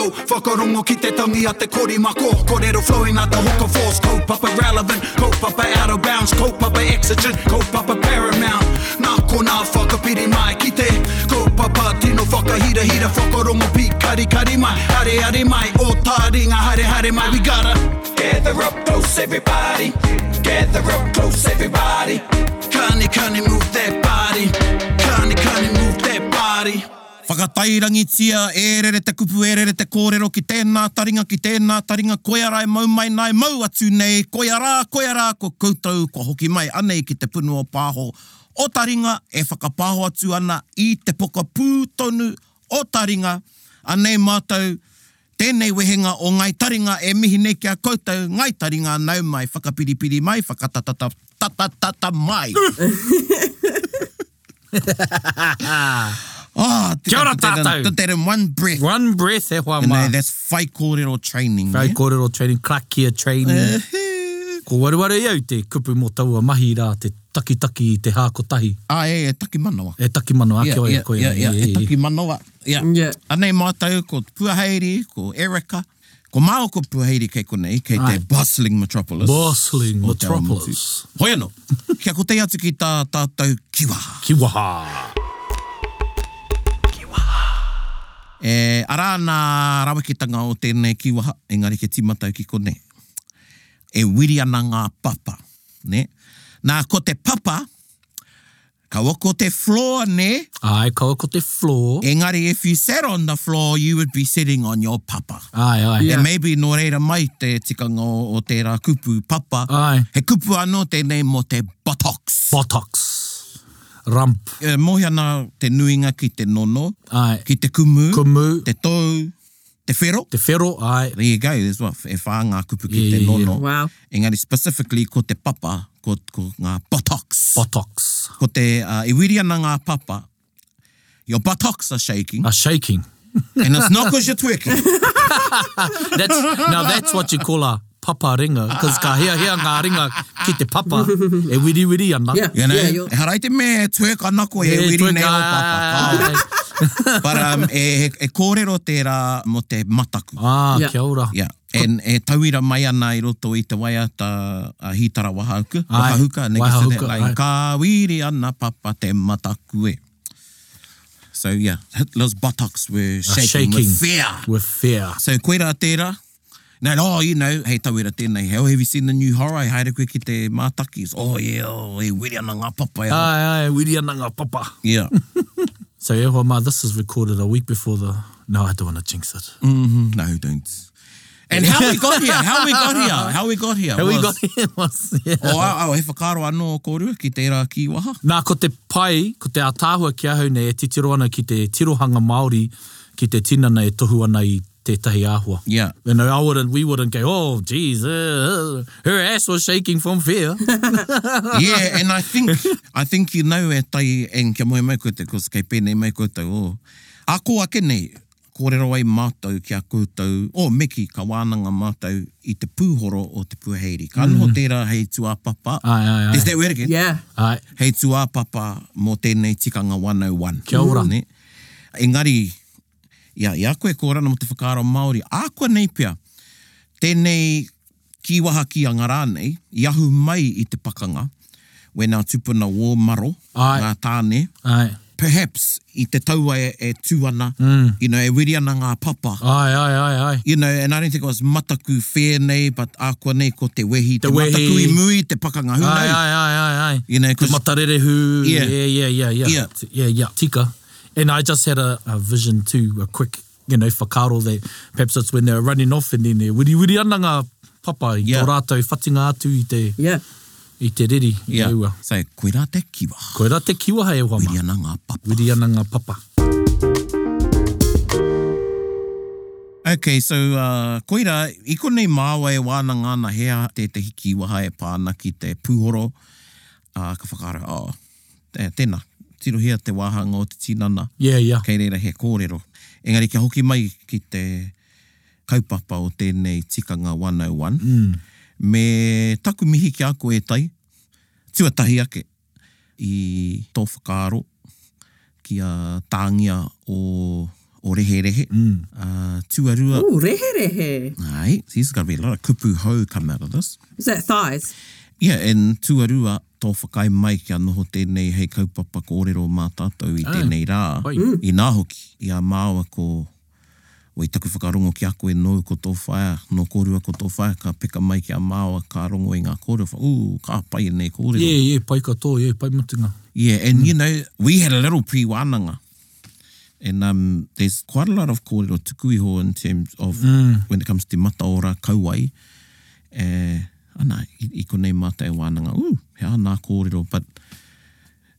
Whakarongo ki te tangi a te korimako Korero flowing at the hooker force Kaupapa relevant, kaupapa out of bounds Kaupapa exigent, kaupapa paramount Nā ko nā whakapiri mai ki te Kaupapa tino whakahira hira Whakarongo pi kari kari mai Hare hare mai, o tā ringa hare hare mai We gotta Gather up close, everybody. Gather up close, everybody. Kani kani move that body Kani kani move that body Whakatairangitia e rere te kupu e rere te kōrero ki tēnā taringa ki tēnā taringa koiarai mau mai nai mau atu nei koiarā koiarā ko koutou ko hoki mai anei ki te puno o pāho o taringa e whakapāho atu ana i te poka pū tonu o taringa anei mātou tēnei wehenga o ngai taringa e mihi nei kia koutou ngai taringa nau mai whakapiripiri mai whakatatata tatatata mai Ah, te Kia ora te te- tātou. Te te one breath. One breath e hoa And mā. uh, that's whai kōrero training. eh? Whai yeah? kōrero training, klakia training. Ko waruware iau te kupu mō taua mahi rā te takitaki i te hākotahi. Ah, e, e taki manawa. E taki mano ake Yeah, oe yeah, koe. yeah, yeah, e taki manawa. Yeah. Yeah. Anei mātou ko Puaheiri, ko Erika, ko Mao ko Puaheiri kei konei, kei te Ai. bustling metropolis. Bustling O Te Raumati. metropolis. Hoi anō, kia ko te atu ki tā tātou kiwaha. Kiwaha. E, ara nā rawakitanga o tēnei kiwaha, engari ke timatau ki kone. E wiri ana ngā papa. Ne? Nā ko te papa, ka wako te floor ne, Ai, kaua ko te floor. engari if you sat on the floor, you would be sitting on your papa. Ai, ai. Yeah. And maybe nō reira mai te tikanga o, o tērā kupu papa. Ai. He kupu anō tēnei mō te buttocks. Botox. Rump. e, mohi ana te nuinga ki te nono, Ai. ki te kumu, Kumu. te tau, te whero. Te whero. Ai. There you go, there's what, e whāngā kupu ki Yeah, te yeah, nono. yeah. Wow. Engari specifically ko te papa, ko, ko ngā buttocks. Botox. ko te, uh, i wiri ana ngā papa, your buttocks are shaking, A shaking. and it's not because you're twerking. That's, now that's what you call a papa ringa. Because ka hea hea ngā ringa ki te papa. E wiri wiri ana. Yeah. You know, Yeah, yeah, you're- e harai te me e twerk ana ko e wiri tuenga- nei o Ah, papa. But um, e, e kōrero tērā mo te mataku. Ah, Yeah. kia ora. Yeah. And e tauira mai ana i roto i te waia ta uh, hitara wahauka. Ai, Wahauka, ne kese wahauka, te ai. lai. Ka wiri ana papa te mataku e. So yeah, Hitler's buttocks were Ah, shaking, shaking. with fear. With fear. So koera tērā, Now, oh, you know, hei tauira tēnei, hell, have you seen the new horror? Hei haere koe ki te mātakis. Oh, yeah, oh, e wiri ana ngā papa. e. Ai, ai, wiri ana ngā papa. Yeah. So e hoa mā, this is recorded a week before the... No, I don't want to jinx it. Mhm. no, don't. And how we got here, how we got here, how we got here. How we was- got here was... Yeah. O, au, au, he whakaro anō kōrua ki tērā kiwaha. Nā, ko te pai, ko te ātāhua ki ahau nei, e titiro ana ki te tirohanga Māori, ki te tinana e tohu ana i tētahi āhua. Yeah. You know, I wouldn't, we wouldn't go, oh, geez, uh, uh, her ass was shaking from fear. yeah, and I think I think you know e tai and kia moe mai koutou, kos kei pēnei mai koutou, o. A ko ake nei, kōrero ai mātou kia koutou, o meki ka wānanga mātou i te pūhoro o te puaheiri. Ka anho tērā hei tuāpapa. Mm. Ai, ai, ai. Is that word again? Yeah. Ai, Hei tuāpapa mō tēnei tikanga 101. Kia ora. Ne? Engari, ia, ia koe kōrana mo te whakaaro Māori. A koe nei pia, tēnei kiwaha ki angarā nei, iahu mai i te pakanga, we nā tupuna wōmaro, Ai. ngā tāne, ai, perhaps i te taua e, e tūana, mm. you know, e wiri ana ngā papa. ai, ai, ai, ai. You know, and I don't think it was mataku whenei, but a koe nei ko te wehi, te, Te wehi. mataku i mui, te pakanga, who Ai, knows? ai, ai, ai, ai. You know, Te 'cause- matarerehu. Yeah. yeah, yeah, yeah. Yeah, Yeah. T- yeah, yeah. Tika. And I just had a, a vision too, a quick, you know, whakaro that perhaps it's when they're running off and then they're wiri wiri ana ngā papa i yeah. Yeah. tō rātou whatinga atu i te, Yeah. i te riri. i Yeah. Rewa. So, koera e te kiwa. Koe rā te kiwaha e wama. Wiri ana ngā papa. Wiri ana ngā papa. Okay, so uh, koira, i konei māua e wāna ngāna hea tētahi kiwaha e pāna ki te pūhoro. Uh, ka whakara, oh, eh, tēnā, tirohia te wāhanga o te tinana. Yeah, yeah. Kei reira he kōrero. Engari, kia hoki mai ki te kaupapa o tēnei tikanga 101. Mm. Me taku mihi ki a koe tai, tuatahi ake i tō whakaaro kia tāngia o o rehe rehe. Mm. Uh, Oh. tuarua. Ooh, rehe rehe. Ai, so there's going to be a lot of kupu hau come out of this. Is that thighs? Yeah, and tuarua tō whakai mai kia noho tēnei hei kaupapa ko orero mā tātou i tēnei rā. Oi. Mm. I nā hoki, i a māua ko o i taku whakarongo ki ako e nou ko tō whaia, no kōrua ko tō whaia, ka peka mai ki a māua, ka rongo i ngā kōrua, wha, ū, kā pai e nei kōrero. Yeah, yeah, pai katoa, yeah, pai mutunga. Yeah, and you know, we had a little pre-wananga. And um, there's quite a lot of kōrero tukuiho in terms of when it comes to mataora, kauai. Uh, ana, i, i konei mata e wānanga, ooh, he ana kōrero, but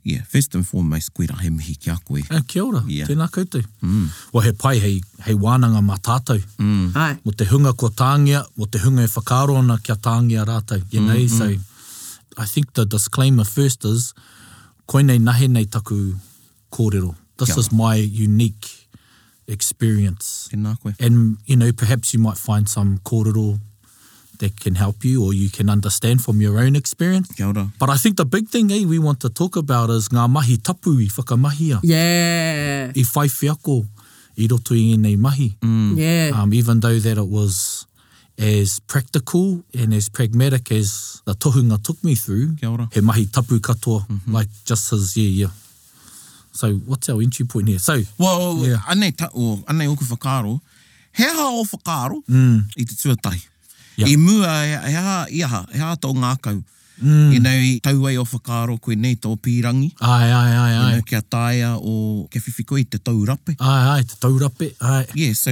yeah, first and foremost, koe rahe mihi ki a koe. Eh, kia ora, Yeah. tēnā koutou. Mm. Wa he pai hei, hei wānanga mā tātou. Mm. Ai. Mo te hunga ko tāngia, mo te hunga e whakaroana kia tāngia rātou. You know, so I think the disclaimer first is, koinei nahe nei taku kōrero. This Kia is my unique experience. Tēnā koe. And, you know, perhaps you might find some kōrero that can help you or you can understand from your own experience. Kia ora. But I think the big thing eh, we want to talk about is ngā mahi tapu i whakamahia. Yeah. I whaiwhiako i roto i nei mahi. Yeah. Um, even though that it was as practical and as pragmatic as the tohunga took me through, Kia ora. Mhm. he mahi tapu katoa, like just his, yeah, yeah. So what's our entry point here? So, Well, yeah. Yeah. anei, ta, o, anei oku whakaro, he aha o whakaro mm. i te tuatahi. Yeah. Yeah. I mua e, he aha, i aha, he aha tō ngākau. Mm. You know, i tau ai o whakaro koe nei tō pīrangi. ai, ai, ai, You ai. know, kia taia o ke whiwhiko i te tau rape. Ai, ai, te taurape, ai. Yeah, so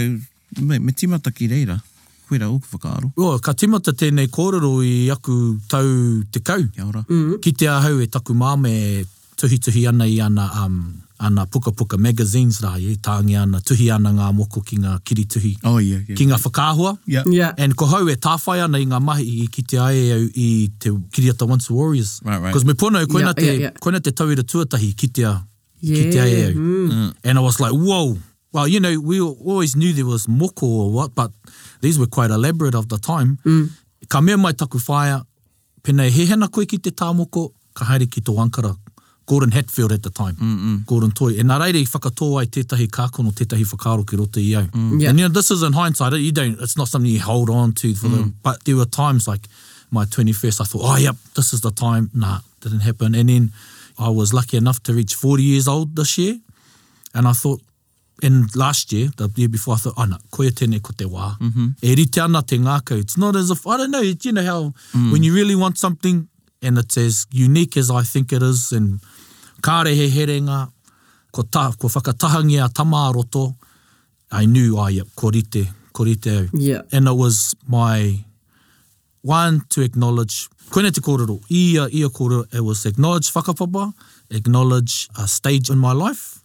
me, me timata ki reira, koe rā oku whakaro. Well, ka timata tēnei kōrero i aku tau te kau. Kia ora. Ki te ahau e taku māme e tuhi tuhi ana i ana, um, ana puka puka magazines rā, e tāngi ana, tuhi ana ngā moko ki ngā kirituhi, Oh, yeah, yeah. ki ngā whakāhua. Yeah. Yeah. And ko hau e tāwhai ana i ngā mahi i ki te ae au i te Kiriata Once Warriors. Right, right. Because me pono, koina, Yeah, te, yeah, yeah. koina te tauira tuatahi ki te, a, ki te Yeah, ae au. Uh, And I was like, whoa. Well, you know, we always knew there was moko or what, but these were quite elaborate of the time. Ka mea mai taku whaia, pēnei he hena koe ki te tāmoko, ka haere ki tō wankara. Gordon Hatfield at the time. Mm-mm. Gordon Toy. E nā reire i whakatoa ai tētahi kākono, tētahi whakaro ki roto i au. Mm. Yeah. And you know, this is in hindsight, you don't, it's not something you hold on to. For the, but there were times like my 21st, I thought, oh, yep, this is the time. Nah, didn't happen. And then I was lucky enough to reach 40 years old this year. And I thought, and last year, the year before, I thought, oh, no, koia tēnei ko te wā. Mm-hmm. E rite ana te ngākau. It's not as if, I don't know, it's, you know how, mm. when you really want something, and it's as unique as I think it is, and kāre he herenga, ko, ta, ko whakatahangi a tamāroto, I knew, oh, yep, ko rite, ko rite au. Yeah. And it was my one to acknowledge koina te kōrero ia ia kōrero it was acknowledge whakapapa acknowledge a stage in my life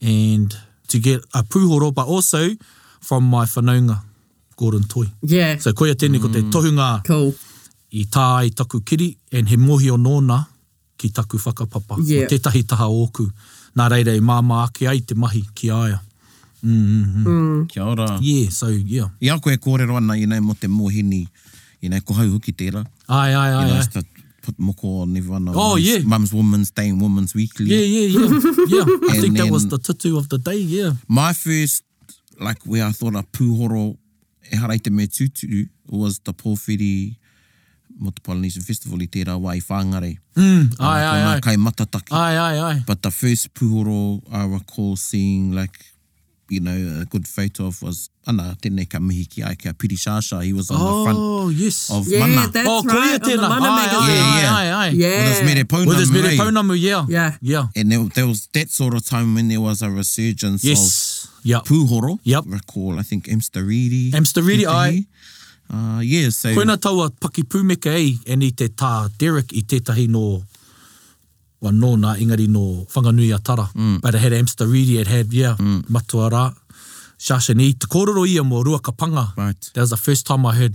and to get a pūhoro but also from my whanaunga Gordon Toi Yeah. so koia tēnei ko Hmm. te tohunga Cool. i tā i taku kiri and he mohi o nōna ki taku whakapapa Yeah. o tētahi taha ōku nā reira i māma ake ai te mahi ki aia Kia ora. Yeah. yeah so yeah I a koe kōrero ana, you know, mo te mōhini, you know, ko hau huki tērā. ai ai You ai, know, ai. it's the put moko on everyone. on Ah, Oh, Mums- yeah. Mum's Woman's Day and Woman's Weekly. yeah yeah yeah yeah I And think that was then- the tutu of the day yeah My first, like where I thought a puhoro e harai te me tutu was the Porphyry mo te Polynesian Festival i tērā wā i whāngare. Hmm. Mm, Oh, ai, ai, ai. Ah. Kai matataki. Ai, ai, ai. But the first puhoro I recall seeing like, you know, a good photo of was, ana, tēnei ka mihi ki ai kia Piri Shasha. He was on the front Oh, yes. of Yeah, mana. that's oh, right. Korea On the tēnā. Mana ai, ai, magazine. ai, Yeah, ai, ai. Yeah. With his mere paunamu, With his mere eh? paunamu, yeah. Yeah. Yeah. And there, there was that sort of time when there was a resurgence of Yes. Yeah. Puhoro. Yep. Recall, I think Amsteriri. Amsteriri, aye. Uh, yeah, so. Koina taua paki pūmeke ei, e ni te tā Derek i tētahi no wa nōna, engari no whanganui atara. Mm. But it had Amsteriri, it had, yeah, mm. matua rā. Shasha ni, te kōrero ia mō rua kapanga. Right. That was the first time I heard,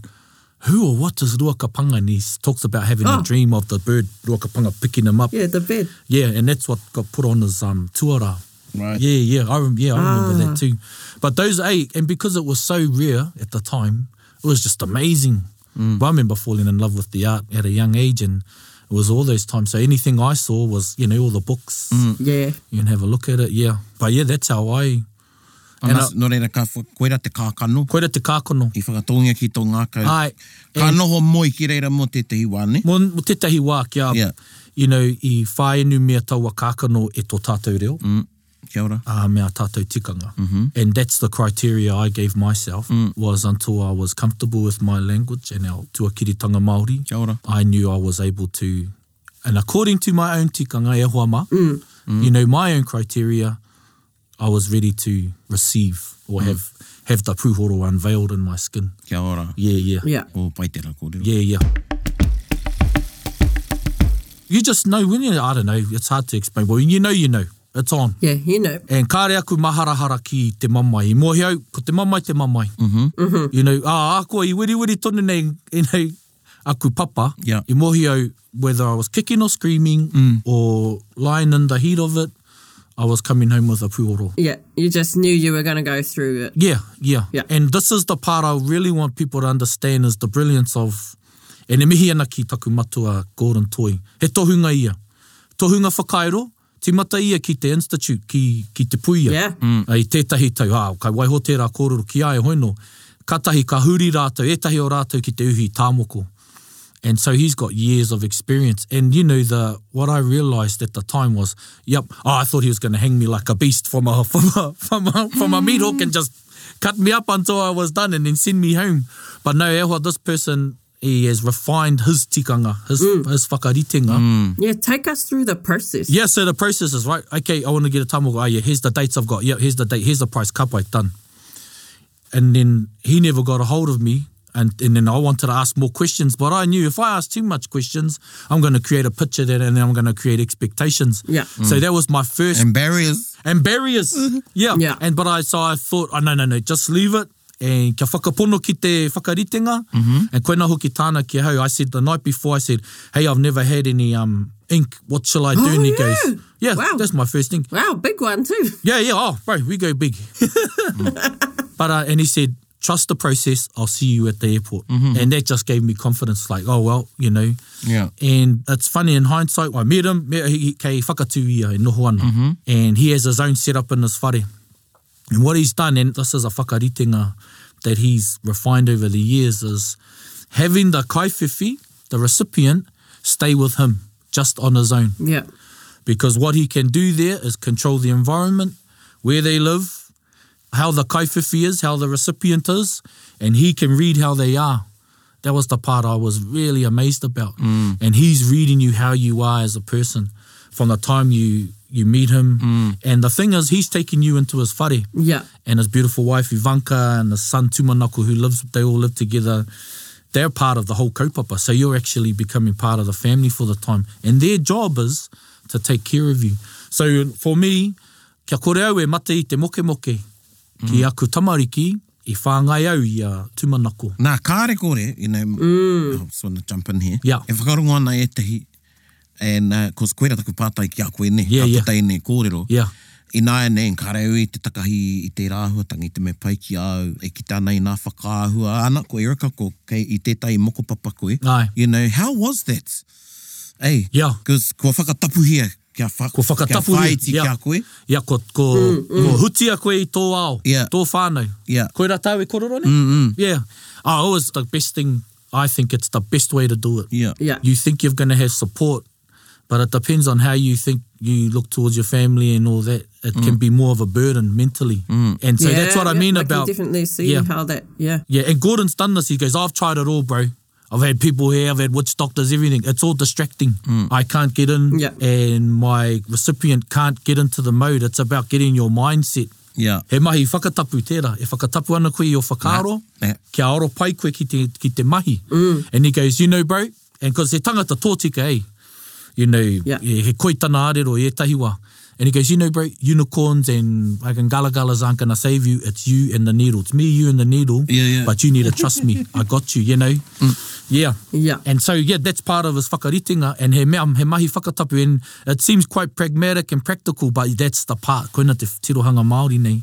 who or what is rua kapanga? And he talks about having Oh. a dream of the bird, rua kapanga, picking him up. Yeah, the bed. Yeah, and that's what got put on as um tuara. Right. Ah. Yeah, yeah, I rem- yeah, I remember that too. But those eight, and because it was so rare at the time, it was just amazing. Mm. But I remember falling in love with the art at a young age, and it was all those times. So anything I saw Mm. was, you know, all the books. Yeah. You can have a look at it, yeah. But yeah, that's how I. I I And uh, must, I- no reira, ka, wha- koera te kākano. Koira te kākono. I whakatongia ki tō ngākau. Ai, Ka e- noho moi ki reira mō te te hiwane. Mo, mo tētahi wā kia, Yeah. you know, i whaenu mea taua kākono e tō tātou reo. Mm. Kia ora. uh, me a tātou tikanga. Mm-hmm. Mm. And that's the criteria I gave myself was until I was comfortable with my language and our tuakiritanga Māori, Kia ora. I knew I was able to, and according to my own tikanga e hoa ma, you know, my own criteria, I was ready to receive or have have the pūhoro unveiled in my skin. Kia ora. Yeah, yeah. Yeah. O pai tērā kōrero. Yeah, yeah. You just know when you, I don't know, it's hard to explain, but when you know, you know. It's on. Yeah, you know. And kāre aku maharahara ki te mamai. I mohi au, ko te mamai, te mamai. Mm-hmm. Mm-hmm. You know, ah, ako i wiriwiri tonu nei, you know, aku papa. Yeah. I mohi au, whether I was kicking or screaming mm. or lying in the heat of it, I was coming home with a puoro. Yeah, you just knew you were going to go through it. Yeah, yeah. Yeah. And this is the part I really want people to understand is the brilliance of, and e mihi ana ki taku matua Gordon Toy. He tohunga ia. Tohunga whakaero, te mata ia ki te institute, ki, ki te puia. Yeah. Mm. Ai tētahi tau, ah, kai waiho tērā kōrero ki ae hoino. Katahi ka huri rātou, etahi o rātou ki te uhi tāmoko. And so he's got years of experience. And you know the what I realized at the time was, yep, oh, I thought he was going to hang me like a beast from a from a from a, from a meat hook and just cut me up until I was done and then send me home. But no, ewa, this person he has refined his tikanga, his his whakaritenga. Yeah, take us through the process. Mm. Yeah, so the process is right. Okay, I want to get a tamoko. Ah, yeah, here's the dates I've got. Yeah, here's the date. Here's the price. Kapai done. And then he never got a hold of me. And, and then I wanted to ask more questions, but I knew if I asked too much questions, I'm going to create a picture that, and then I'm going to create expectations. Yeah. So that was my first And barriers. and barriers. yeah. Mm-hmm. Yeah. And but I so I thought, oh, no, no, no, just leave it. And kia whakapono ki te whakaritenga. Mm-hmm. And koina hoki tāna ki hau. I said the night before, I said, hey, I've never had any um ink. What shall I do? Oh, and he yeah. goes, yeah, Wow. that's my first thing. Wow, big one too. Yeah, yeah, oh, bro, we go big. but uh, And he said, trust the process. I'll see you at the airport. Mm-hmm. And that just gave me confidence. Like, oh, well, you know, Yeah. and it's funny in hindsight, I met him, me, he, kei whakatū ia e noho ana. Mm-hmm. And he has his own setup in his whare. And what he's done, and this is a whakaritenga that he's refined over the years, is having the kaiwhiwhi, the recipient, stay with him just on his own. Yeah. Because what he can do there is control the environment, where they live, how the kaiwhiwhi is, how the recipient is, and he can read how they are. That was the part I was really amazed about. And he's reading you how you are as a person from the time you you meet him. And the thing is, he's taking you into his whare Yeah. and his beautiful wife Ivanka and his son Tumanaku who lives they all live together they're part of the whole kaupapa so you're actually becoming part of the family for the time and their job is to take care of you so for me kia kore au e mate i te moke moke ki aku tamariki i whāngai au i a Tumanako Nā, kāre kore, you know, mm. I just want to jump in here. Yeah. E whakarongo ana e tehi. And, uh, cause koera taku pātai ki a koe ne. Yeah, ka yeah. putai ne kōrero. yeah I nāia nei, kāre au i te takahi i te rāhuatangi, te me pai ki au, e ki tāna i nā whakaahua ana, ko erika ko kei i tētai mokopapa koe. Ai. You know, how was that? Ei, Yeah. cause kua whakatapuhia kia, wha, Kua whakatapuhia, kia whaiti yeah. kia koe. Ia ko, ko, mm, mm. ko hutia koe i tō ao, Yeah. tō whānau. Yeah. Koe rā tāu e kororo ne? Mm, mm. Yeah. Oh, it was the best thing. I think it's the best way to do it. Yeah. Yeah. You think you're going to have support, but it depends on how you think you look towards your family and all that. It can be more of a burden mentally. Mm. And so yeah, that's what I yeah, mean I about... Can definitely see Yeah. how that. Yeah. Yeah, and Gordon's done this. He goes, I've tried it all, bro. I've had people here, I've had witch doctors, everything. It's all distracting. I can't get in, Yeah. and my recipient can't get into the mode. It's about getting your mindset. Yeah. He mahi whakatapu tērā. E whakatapu ana koe i o whakaaro, Yeah. kia oro pai koe ki te, ki te mahi. Mm. And he goes, you know, bro, and because he tangata tōtika, eh? You know, Yeah. e, he koitana arero e etahi wā. And he goes, you know, bro, unicorns and like and galagalas aren't going to save you. It's you and the needle. It's me, you and the needle. Yeah, yeah. But you need to trust me. I got you, you know. Yeah. Yeah. And so, yeah, that's part of his whakaritinga and he, mea, he mahi whakatapu. And it seems quite pragmatic and practical, but that's the part. Koina te tirohanga Māori nei.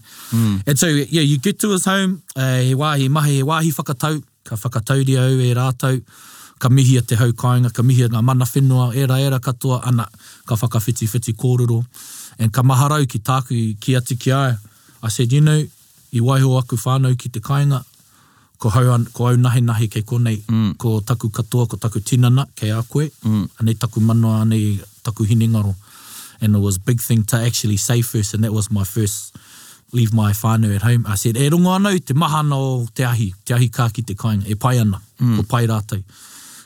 And so, yeah, you get to his home, uh, he wāhi mahi, he wāhi whakatau, ka whakatauri au e rātau, ka mihi a te hau kāinga, ka mihi a ngā mana whenua, era era katoa, ana, ka whakawhiti whiti kōrero. And ka maharau ki tāku ki atu ki ai. I said, you know, I waiho aku whānau ki te kāinga, ko, hau, an- ko au nahe nahe kei konei, mm. ko taku katoa, ko taku tinana kei a koe, mm. anei taku manoa, anei taku hinengaro. And it was a big thing to actually say first, and that was my first leave my whānau at home. I said, e rongo anau te mahana o te ahi, te ahi kā ki te kāinga, e pai ana, mm. ko pai rātou.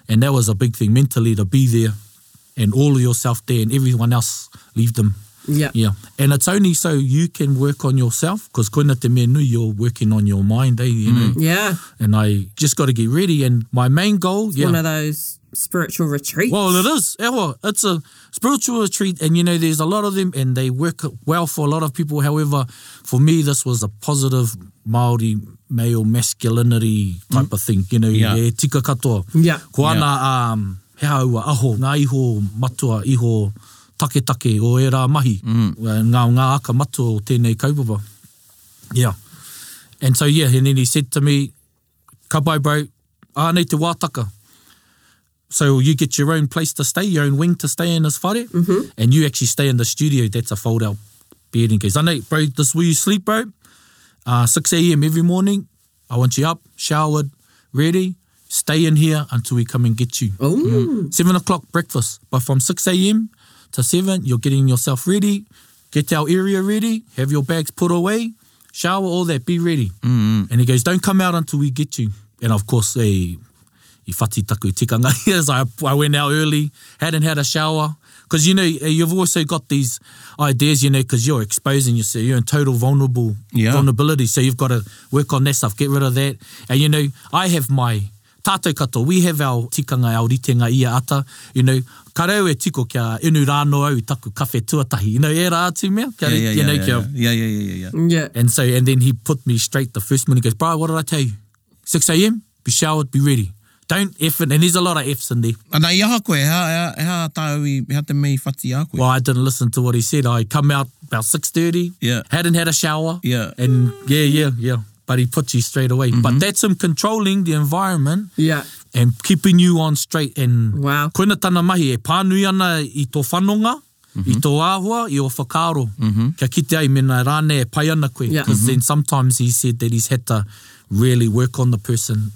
And that was a big thing mentally to be there and all of yourself there and everyone else leave them. Yeah. Yeah. And it's only so you can work on yourself because koina te mea nui, you're working on your mind, eh? You know? Yeah. And I just got to get ready. And my main goal, yeah. One of those spiritual retreats. Well, it is. Yeah, well, It's a spiritual retreat, and you know, there's a lot of them, and they work well for a lot of people. However, for me, this was a positive Maori male masculinity Hmm. type of thing. You know, Yeah. e tika katoa. Yeah. Ko ana um, he aua aho, ngā iho matua, iho take take o e rā mahi. Mm. Ngā, ngā aka matua o tēnei kaupapa. Yeah. And so, yeah, and then he said to me, ka pai bro, ānei te wātaka. So you get your own place to stay, your own wing to stay in as whare, mm-hmm. and you actually stay in the studio. That's a fold out bed in case. Ānei, bro, this is where you sleep, bro. Uh, 6 a.m. every morning, I want you up, showered, ready, stay in here until we come and get you. Oh, Seven o'clock breakfast, but from 6 a.m. to 7, you're getting yourself ready, get our area ready, have your bags put away, shower, all that, be ready. Mm-hmm. And he goes, Don't come out until we get you. And of course, hey, i whati taku tikanga. Yes, I, I went out early, hadn't had a shower. Because, you know, eh, you've also got these ideas, you know, because you're exposing yourself. You're in total vulnerable Yeah. vulnerability. So you've got to work on that stuff, get rid of that. And, you know, I have my tātou katoa. We have our tikanga, our ritenga ia ata. You know, ka rau e tiko kia inu rāno au i taku kawhe tuatahi. You know, e rā atu mea. Kia, re- yeah, you yeah, know, yeah, kia yeah, yeah, yeah, yeah, yeah, yeah. yeah. and so, and then he put me straight the first morning. He goes, Brian, what did I tell you? 6 a.m., be showered, be ready. Don't F it. And there's a lot of F's in there. Ana i aha koe, ha, ha, ha tāu i, ha te mei whati a koe. Well, I didn't listen to what he said. I come out about 6.30. Yeah. Hadn't had a shower. Yeah. And yeah, yeah, yeah. But he put you straight away. Mm-hmm. But that's him controlling the environment Yeah. and keeping you on straight. And Wow. koina tana mahi e pānui ana i tō whanonga, i Mhm. tō āhua, i o whakaaro. Kia kite ai mena rāne e pai ana koe. Yeah. Because Mhm. then sometimes he said that he's had to really work on the person.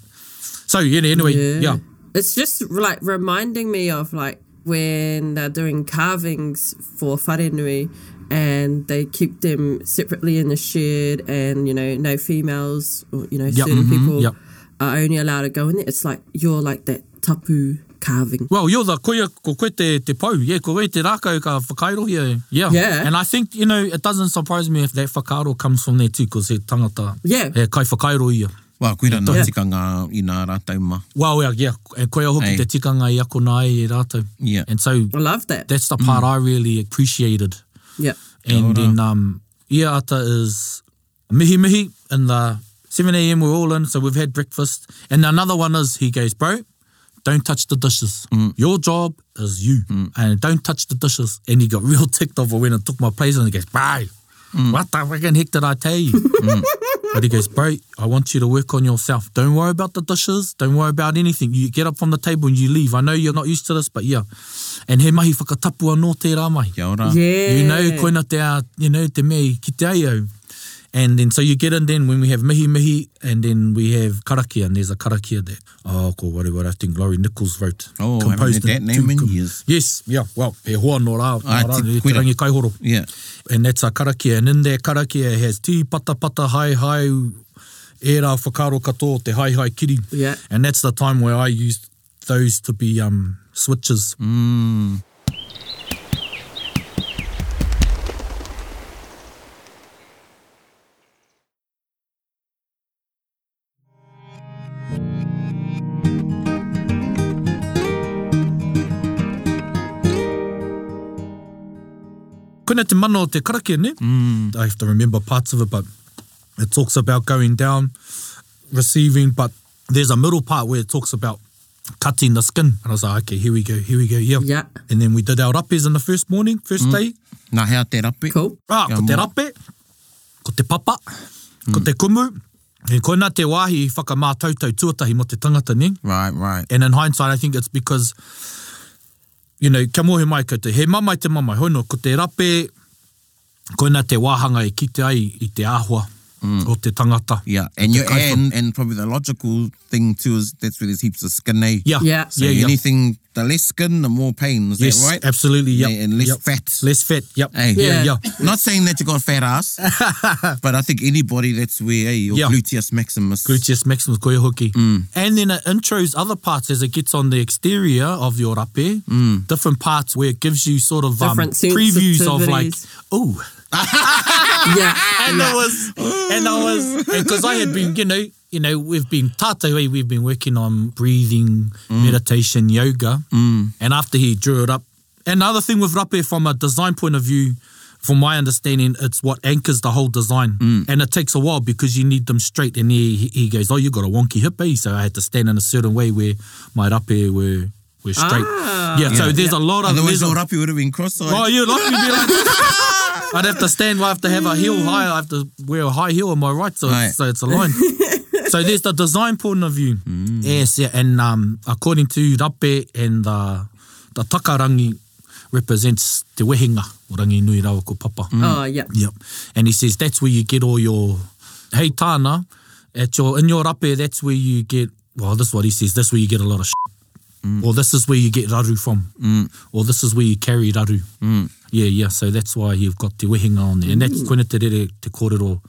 So yeah, anyway, yeah. yeah. It's just like reminding me of like when they're doing carvings for wharenui and they keep them separately in the shed and, you know, no females or, you know, certain mhm, people yep. are only allowed to go in there. It's like you're like that tapu carving. Well, you're the koia, ko koe te, te pau, yeah, ko koe te rākau ka whakairohia. eh. Yeah. Yeah. And I think, you know, it doesn't surprise me if that whakaaro comes from there too, because he tangata, Yeah. he kai whakairohia. Wā, koe eh, rana Yeah. tikanga i nā rātau ma. Wow, yeah, yeah. And koia hoki Hey. te tikanga i ako nā e rātou. Yeah. And so I love that. that's the part I really appreciated. yeah. And then um, Ia Ata is mihi mihi in the 7 a.m. We're all in, so we've had breakfast. And another one is he goes, bro, don't touch the dishes. Your job is you, and don't touch the dishes. And he got real ticked off when I took my place, and he goes, bro, what the freaking heck did I tell you? But he goes, bro, I want you to work on yourself. Don't worry about the dishes. Don't worry about anything. You get up from the table and you leave. I know you're not used to this, but yeah. And he mahi whakatapua nō te rā mahi. Kia ora. Yeah. uh, You know, koina te a, you know, te mea i ki te ai au. And then, so you get in then when we have mihi mihi and then we have karakia and there's a karakia there. Oh, ko whatever, I think Laurie Nichols wrote. Oh, I haven't heard and that name in com- years. Yes, yeah, well, he hoa no rā, Ah, no rā, te te koina. rangi kaihoro. Yeah. And that's our karakia. And in there, karakia has tī pata pata hai hai e rā whakaro katoa te hai hai kiri. Yeah. And that's the time where I used those to be um, switches. Mm. Kuna te mana o te karakia, ne? Mm. I have to remember parts of it, but it talks about going down, receiving, but there's a middle part where it talks about cutting the skin. And I was like, okay, here we go, here we go, yeah. Yeah. And then we did our rapes in the first morning, first day. Nā hea te rape. Cool. Ah, Kia ko te moa. rape, ko te papa, ko te kumu. E koina te wāhi i whakamātautau tuatahi mo te tangata, ne? Right, right. And in hindsight, I think it's because, you know, kia mohe mai koutou, he mamai te mamai, hono, ko te rape, koina te wāhanga e kite ai i te āhua, mm. o te tangata. Yeah, and you Go for- and and probably the logical thing too is that's where there's heaps of skin. Eh? Yeah, Yeah. So yeah, yeah. anything, the less skin, the more pain. Is yes, that right? absolutely, yep. And less yep. fat. Less fat, yep. Hey. Yeah, Yeah. yeah. Not saying that you got a fat ass, but I think anybody that's where eh, your Yeah. gluteus maximus. Gluteus maximus, koe hoki. Mm. And then it intros other parts as it gets on the exterior of your rape, Mm. different parts where it gives you sort of um, Different previews of like, sensitivities. oh, yeah. and I was, and I was, because I had been, you know, you know, we've been tatawe, we've been working on breathing, meditation, yoga, mm. and after he drew it up, another thing with rape from a design point of view, from my understanding, it's what anchors the whole design, and it takes a while because you need them straight. And he he goes, oh, you got a wonky hip, eh? So I had to stand in a certain way where my rape were were straight. Ah. yeah, so there's a lot of Otherwise, there's a- your rapi would have been cross-eyed. Oh, you'd like me to be like this. I'd have to stand, I have to have a heel high, I have to wear a high heel on my right, so, Right. it's, so it's a line. so there's the design point of view. Yes, yeah, and um, according to Rape and the, the takarangi represents te wehenga, o rangi nui rawa ko papa. Oh, yeah. Yep. And he says that's where you get all your hey tana at your in your rape. That's where you get well. This is what he says. That's where you get a lot of shit. Or this is where you get raru from. Or this is where you carry raru. Yeah, yeah. So that's why you've got te wehenga on there, and that's koina te rere te kōrero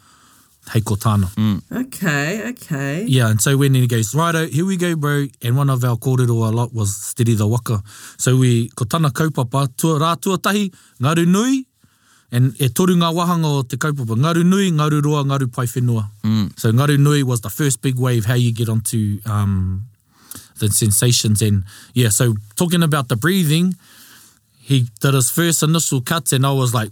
hei ko tāna. Okay, okay. Yeah, and so when he goes, righto, here we go, bro. And one of our kōrero a lot was steady the waka. So we, ko tana kaupapa, tua, rā tuatahi, ngaru nui, and e toru ngā wahanga o te kaupapa, ngaru nui, ngaru roa, ngaru pai whenua. Mm. So ngaru nui was the first big wave, how you get onto um, the sensations. And yeah, so talking about the breathing, he did his first initial cuts, and I was like,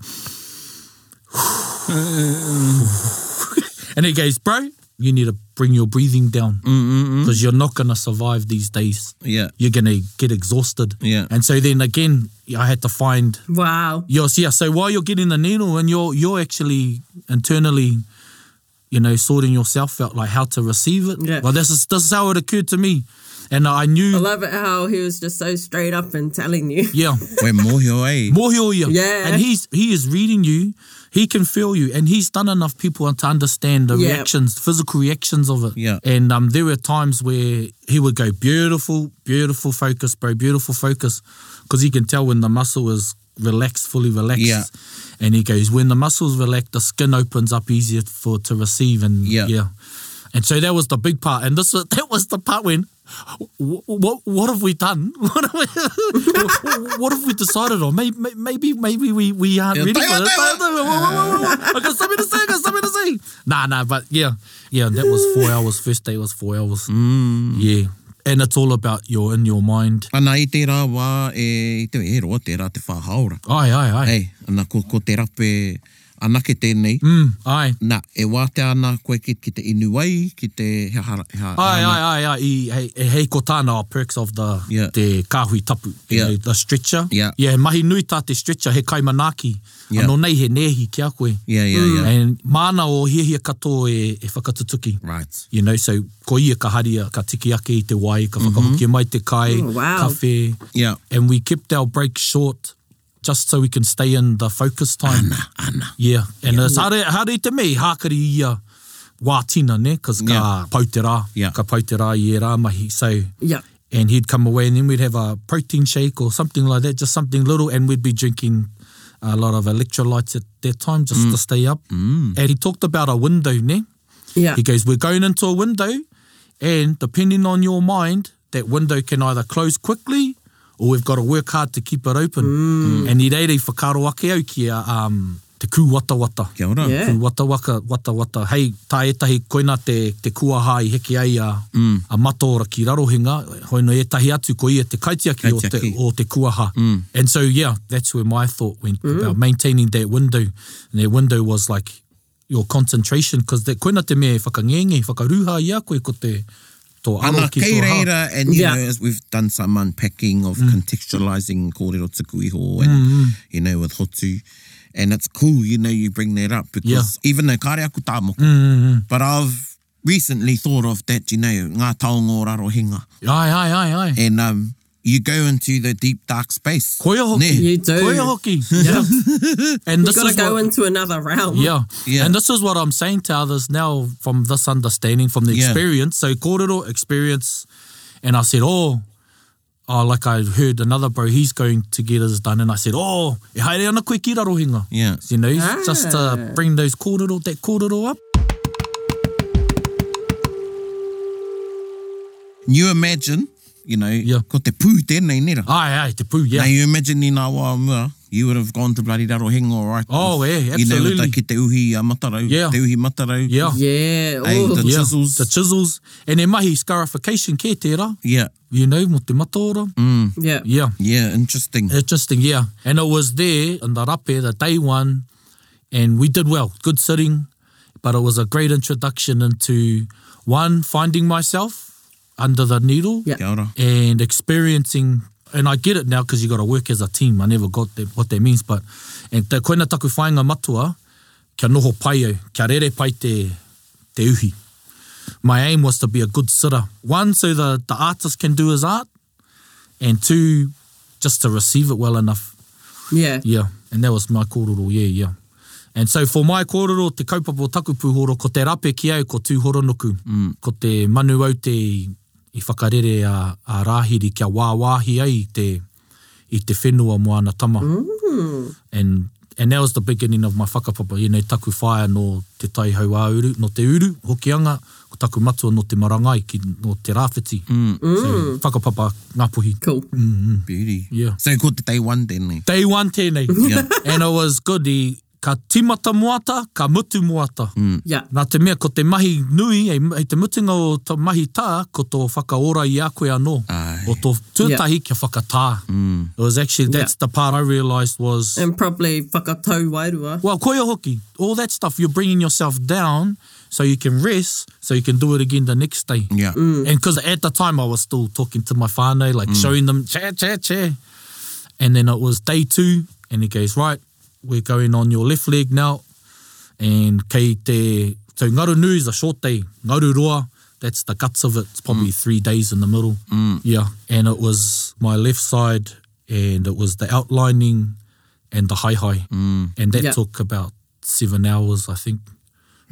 and he goes, bro, you need to bring your breathing down because you're not going to survive these days. Yeah. You're going to get exhausted. Yeah. And so then again, I had to find Wow. Yes, yeah. So while you're getting the needle and you're you're actually internally, you know, sorting yourself out like how to receive it. Yeah. Well, this is this is how it occurred to me, and I knew. I love it how he was just so straight up and telling you. yeah. We're more here, eh? Mōhioia. Yeah. And he's he is reading you. He can feel you, and he's done enough people to understand the Yeah. reactions, physical reactions of it. Yeah. And um, there were times where he would go, "Beautiful, beautiful focus, bro, beautiful focus," because he can tell when the muscle is relaxed, fully relaxed. Yeah. And he goes, "When the muscles relax, the skin opens up easier for to receive." And Yeah. yeah. And so that was the big part, and this was- that was the part when. What what have we done? What have we, wh- what have we decided on? Maybe maybe maybe we, we aren't Yeah, ready for Taylor, this. Taylor. Whoa, whoa, whoa, whoa, whoa. I got something to say. I got something to say. Nah nah, but yeah yeah. That was four hours. First day was four hours. Mm. Yeah, and it's all about your in your mind. Ana i tērā wā e, i te e roa tērā te whāhaora. Aye aye aye. Ei, ana ko, ko te rape anake tēnei. Mm, aye. Nā, e wāte ana koe ki, ki te inu ai, ki te he hara, he hara, Ai, ai, ai, ai, i, hei, e- hei ko tāna o perks of the, Yeah. te kāhui tapu, you Yeah. know, the stretcher. Yeah. Yeah, mahi nui tā te stretcher, he kaimanaki. Yeah. Anō nei he nehi kia koe. Yeah, yeah, yeah. And mana o hiahia katoa e, e whakatutuki. Right. You know, so ko ia ka haria, ka tiki ake i te wai, ka whakahoki e mai te kai, Oh, wow. ka whē. Yeah. And we kept our break short just so we can stay in the focus time. Ana, ana. Yeah, and yeah. it's hare, hare te mei, hākari ia wātina, ne? Because ka Yeah. yeah. pautera, Yeah. ka pautera i e rāmahi. So, Yeah. and he'd come away and then we'd have a protein shake or something like that, just something little, and we'd be drinking a lot of electrolytes at that time just to stay up. Mm. And he talked about a window, ne? Yeah. He goes, We're going into a window, and depending on your mind, that window can either close quickly or we've got to work hard to keep it open. Mm. And i reirei whakaro ake au ki a, um, te kū wata wata. Kia ora. Yeah. Ku wata waka, wata wata. Hei, tā etahi koina te, te kuaha i heke ai a, mm. a mataora ki rarohinga. Hoino etahi atu ko ia te kaitiaki, o te, Kaitiaki. o te kuaha. Mm. And so, yeah, that's where my thought went mm. about maintaining that window. And that window was like your concentration, because koina te mea e whakangenge, whakaruha i a koe ko te tō aro Ana ki kei tō hā. reira, and you Yeah. know, as we've done some unpacking of contextualizing kōrero tuku iho and, you know, with hotu, and it's cool, you know, you bring that up because even though kare aku tāmoko, but I've recently thought of that, you know, ngā taongo raro hinga. Ai, ai, ai, ai. And um, you go into the deep dark space. Koia hoki. Ne. You do. Koia hoki. Yeah. and You've this got is to go what, into another realm. Yeah. Hmm? Yeah. And this is what I'm saying to others now from this understanding, from the Yeah. experience. So kōrero experience. And I said, oh, oh, like I heard another bro, he's going to get his done. And I said, oh, e haere ana koe ki ra rohinga. Yeah. You know, just to Ah. bring those kōrero, that kōrero up. You imagine, you know, Yeah. ko te pū tēnei nera. Ai, ai, te pū, yeah. Now you imagine ni ngā wā mua, you would have gone to bloody Rarohinga or right. Oh, yeah, You know, absolutely. ta ki te uhi uh, matarau, Yeah. te uhi matarau. Yeah. Yeah. Hey, ooh. the Yeah, chisels. The chisels. And e mahi scarification kē tērā. Yeah, You know, mo te mataora. Mm. yeah. Yeah. yeah, interesting. Interesting, yeah. And it was there in the rape, the day one, and we did well. Good sitting, but it was a great introduction into one, finding myself under the needle Yeah. Kia ora. and experiencing. And I get it now because you got to work as a team. I never got that, what that means, but and te koina taku whāinga matua, kia noho pai au, kia rere pai te, te uhi. My aim was to be a good sitter. One, so the, the artist can do his art, and two, just to receive it well enough. Yeah. Yeah, and that was my kōrero, yeah, yeah. And so for my kōrero, te kaupapa o taku pūhoro, ko te rape ki au ko tūhoronuku, mm. ko te manu au te i whakarere a, a rāhiri kia wāwāhi ai i te, i te whenua moana tama. Mm. And, and that was the beginning of my whakapapa, you know, taku whaia no te taihau a uru, no te uru, hokianga, ko taku matua no te marangai, ki, no te rāwhiti. Mm. So whakapapa ngāpuhi. Cool. Beauty. Mm. Yeah. So ko te day one tēnei. Day one tēnei. Yeah. and it was good i ka timata moata, ka mutu moata. Mm. Yeah. Nā te mea, ko te mahi nui, e, e te mutunga o te mahi tā, ko tō whakaora i a koe anō. Ai. O tō tuatahi yeah. kia whakatā. Mm. It was actually, that's yeah. the part I realised was... And probably whakatau wairua. Well, koia hoki, all that stuff, you're bringing yourself down so you can rest, so you can do it again the next day. Yeah. And because at the time I was still talking to my whānau, like showing them, chair, chair, chair. And then it was day two, and he goes, right, we're going on your left leg now. And kei te, so ngaru nui is a short day, ngaru roa, that's the guts of it. It's probably three days in the middle. Yeah. And it was my left side, and it was the outlining and the high high. And that Yeah. took about seven hours, I think,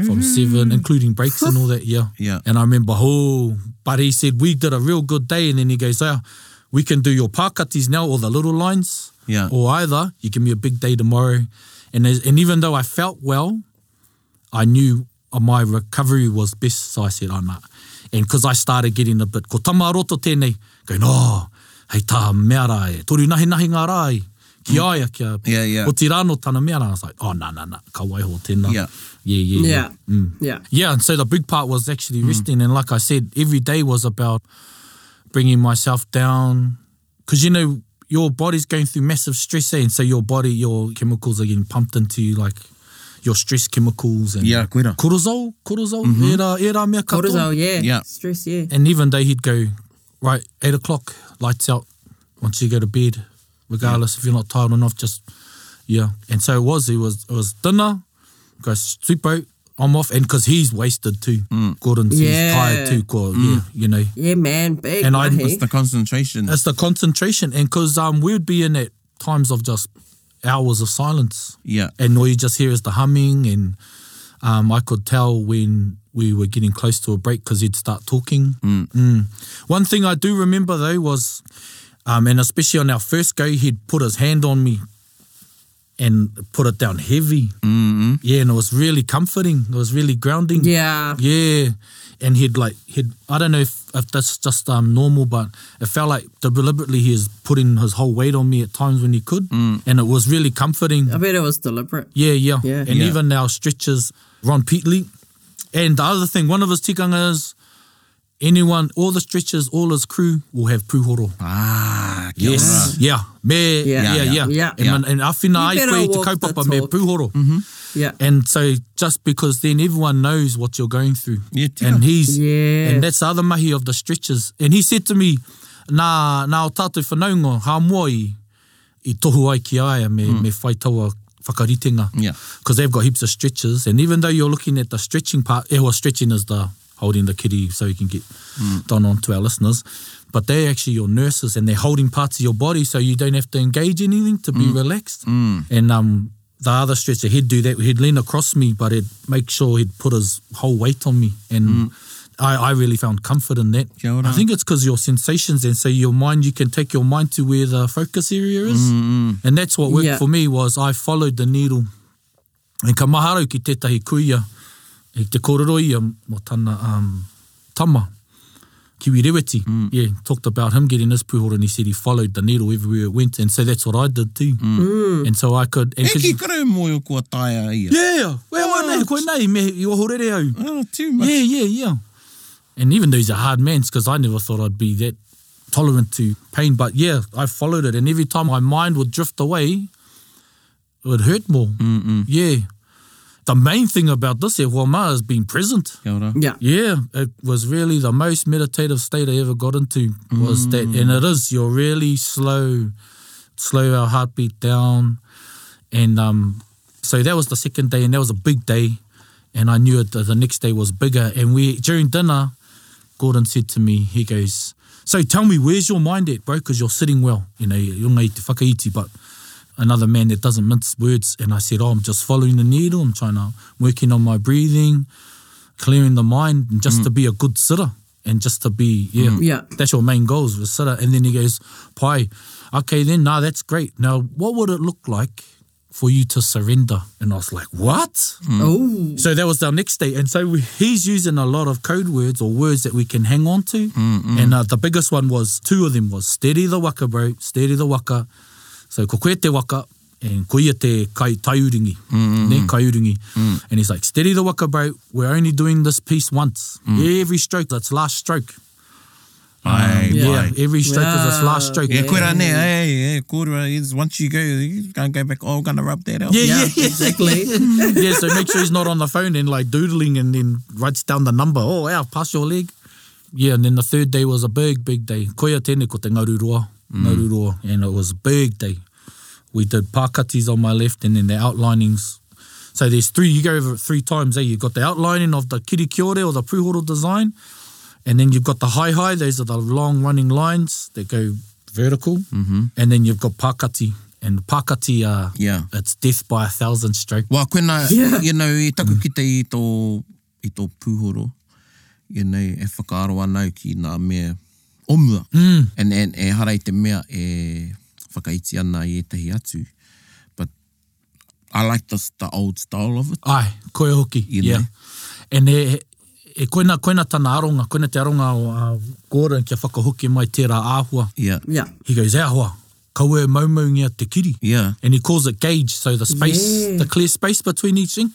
from seven, including breaks and all that. Yeah. Mm-hmm. Yeah. And I remember, oh, but he said, we did a real good day. And then he goes, oh, we can do your pakatis now or the little lines. Yeah. Or either you give me a big day tomorrow. And, as, and even though I felt well, I knew uh, my recovery was best. So I said, oh, nah. And because I started getting a bit, ko tamaroto tēnei, going, oh, hei tā mea rā e, toru nahi nahi ngā rā e, ki aia kia, Mm. Yeah, yeah. o te rāno tana mea rā. I was like, oh, nah, nah, nah, ka waiho tēnā. Yeah. Yeah, yeah, yeah. Yeah. Yeah. Yeah, and so the big part was actually resting. And like I said, every day was about bringing myself down. Because, you know, your body's going through massive stress, eh? and so your body, your chemicals are getting pumped into you, like your stress chemicals. And Yeah, koe rā. Cortisol, cortisol, mm-hmm. e, rā, e rā mea katoa. Cortisol, yeah. Yeah. Stress, yeah. And even though he'd go, right, eight o'clock, lights out, once you go to bed, regardless if you're not tired or not, just, yeah. And so it was, it was, it was dinner, go sleep out, I'm off, and because he's wasted too. Gordon's he's Yeah. tired too, Gordon, yeah, you know. Yeah, man. Big And I- mahi. it's It's the concentration. It's the concentration, and because um, we would be in at times of just hours of silence. Yeah. And all you just hear is the humming, and um, I could tell when we were getting close to a break because he'd start talking. Mm. One thing I do remember though was, um, and especially on our first go, he'd put his hand on me and put it down heavy. Mm-hmm. Yeah, and it was really comforting. It was really grounding. yeah. Yeah, and he'd like he'd I don't know if, if that's just um normal, but it felt like deliberately he was putting his whole weight on me at times when he could, and it was really comforting. I bet it was deliberate. Yeah, yeah, Yeah. and Yeah. even now stretches Ron Peatley, and the other thing, one of his tikanga is anyone, all the stretches, all his crew will have puhoro. Ah, kia Yes. Yeah. Me, yeah, Yeah. yeah, yeah. Yeah. Yeah. And, man- and awhina You ai better koe i te walk the kaupapa me talk. puhoro. Yeah. And so just because then everyone knows what you're going through. Yeah, tika. and he's Yeah. and that's the other mahi of the stretches. And he said to me, Nā, nā o tātou whanaunga, hā mua i, i tohu ai ki aia me, mm. me whaitaua whakaritenga. Yeah. Because they've got heaps of stretches. And even though you're looking at the eh, stretching part, e hoa stretching is the holding the kitty so you can get done on to our listeners. But they're actually your nurses and they're holding parts of your body so you don't have to engage anything to be relaxed. And um, the other stretcher, he'd do that. He'd lean across me, but he'd make sure he'd put his whole weight on me. And I, I really found comfort in that. Kia ora. I think it's because your sensations, and so your mind, you can take your mind to where the focus area is. Mm, And that's what worked Yeah. for me was I followed the needle. And ka maharau ki tētahi kuia, i te kororo ia mo tana um, tama, Kiwi Reweti, Mm. yeah, talked about him getting his puhora and he said he followed the needle everywhere it went. And so that's what I did too. Mm. And so I could... And E 'cause- ki karau mō o kua taia ia. Eh, Yeah, well, oh, Oh, nei, koe nei, me, i oho rere au. Oh, too much. Yeah, yeah, yeah. And even though he's a hard man, because I never thought I'd be that tolerant to pain. But yeah, I followed it. And every time my mind would drift away, it would hurt more. Mm-mm. Yeah. The main thing about this e Huama is being present. Kia ora. Yeah. Yeah, it was really the most meditative state I ever got into was that, and it is. You're really slow, slow our heartbeat down, and um, so that was the second day, and that was a big day, and I knew it, the next day was bigger. And we during dinner, Gordon said to me, he goes, "So tell me, where's your mind at, bro? Because you're sitting well, you know, you're not te whakaiti, but." Another man that doesn't mince words, and I said, "Oh, I'm just following the needle. I'm trying to working on my breathing, clearing the mind and just to be a good sitter and just to be yeah Yeah. that's your main goals with sitter and then he goes pai okay then nah that's great now what would it look like for you to surrender and I was like what Oh, so that was our next day and so we, he's using a lot of code words or words that we can hang on to and uh, the biggest one was two of them was steady the waka bro steady the waka so ko koe te waka and ko ia te kai, taiuringi, ne, kaiuringi. Mm. And he's like, steady the waka, bro. We're only doing this piece once. Mm. Every stroke, that's last stroke. Ah, Ai, Yeah. yeah. every stroke is its last Ah, stroke. Yeah, koe rā ne, eh, eh, kōrua is once you go, you can't go back, oh, gonna rub that out. Yeah, yeah, yeah. exactly. yeah, so make sure he's not on the phone and like doodling and then writes down the number. Oh, wow, pass your leg. Yeah, and then the third day was a big, big day. Koia tēnei ko te ngaru roa, ngaru roa, and it was a big day. We did pākatis on my left and then the outlinings. So there's three, you go over it three times, eh? You've got the outlining of the kiri kia ore or the pūhoro design, and then you've got the high high, those are the long running lines that go vertical, mm-hmm. and then you've got pakati, and pakati are, Yeah. it's death by a thousand stroke. Wā koena, Yeah. you know, i taku ki te i tō, i tō pūhoro, you know, e whakaaro anau ki nā mea o mua. Mm. Hmm. And, and e hara i te mea e whakaiti ana i etahi atu. But I like this, the old style of it. Ai, koe hoki. You yeah. know? And e, e koina, koina tana aronga, koina te aronga o uh, Gordon kia whakahoki mai tērā āhua. Yeah. yeah. He goes, āhua, kaue maumaungia te kiri. Yeah. And he calls it gauge, so the space, Yeah. the clear space between each ink.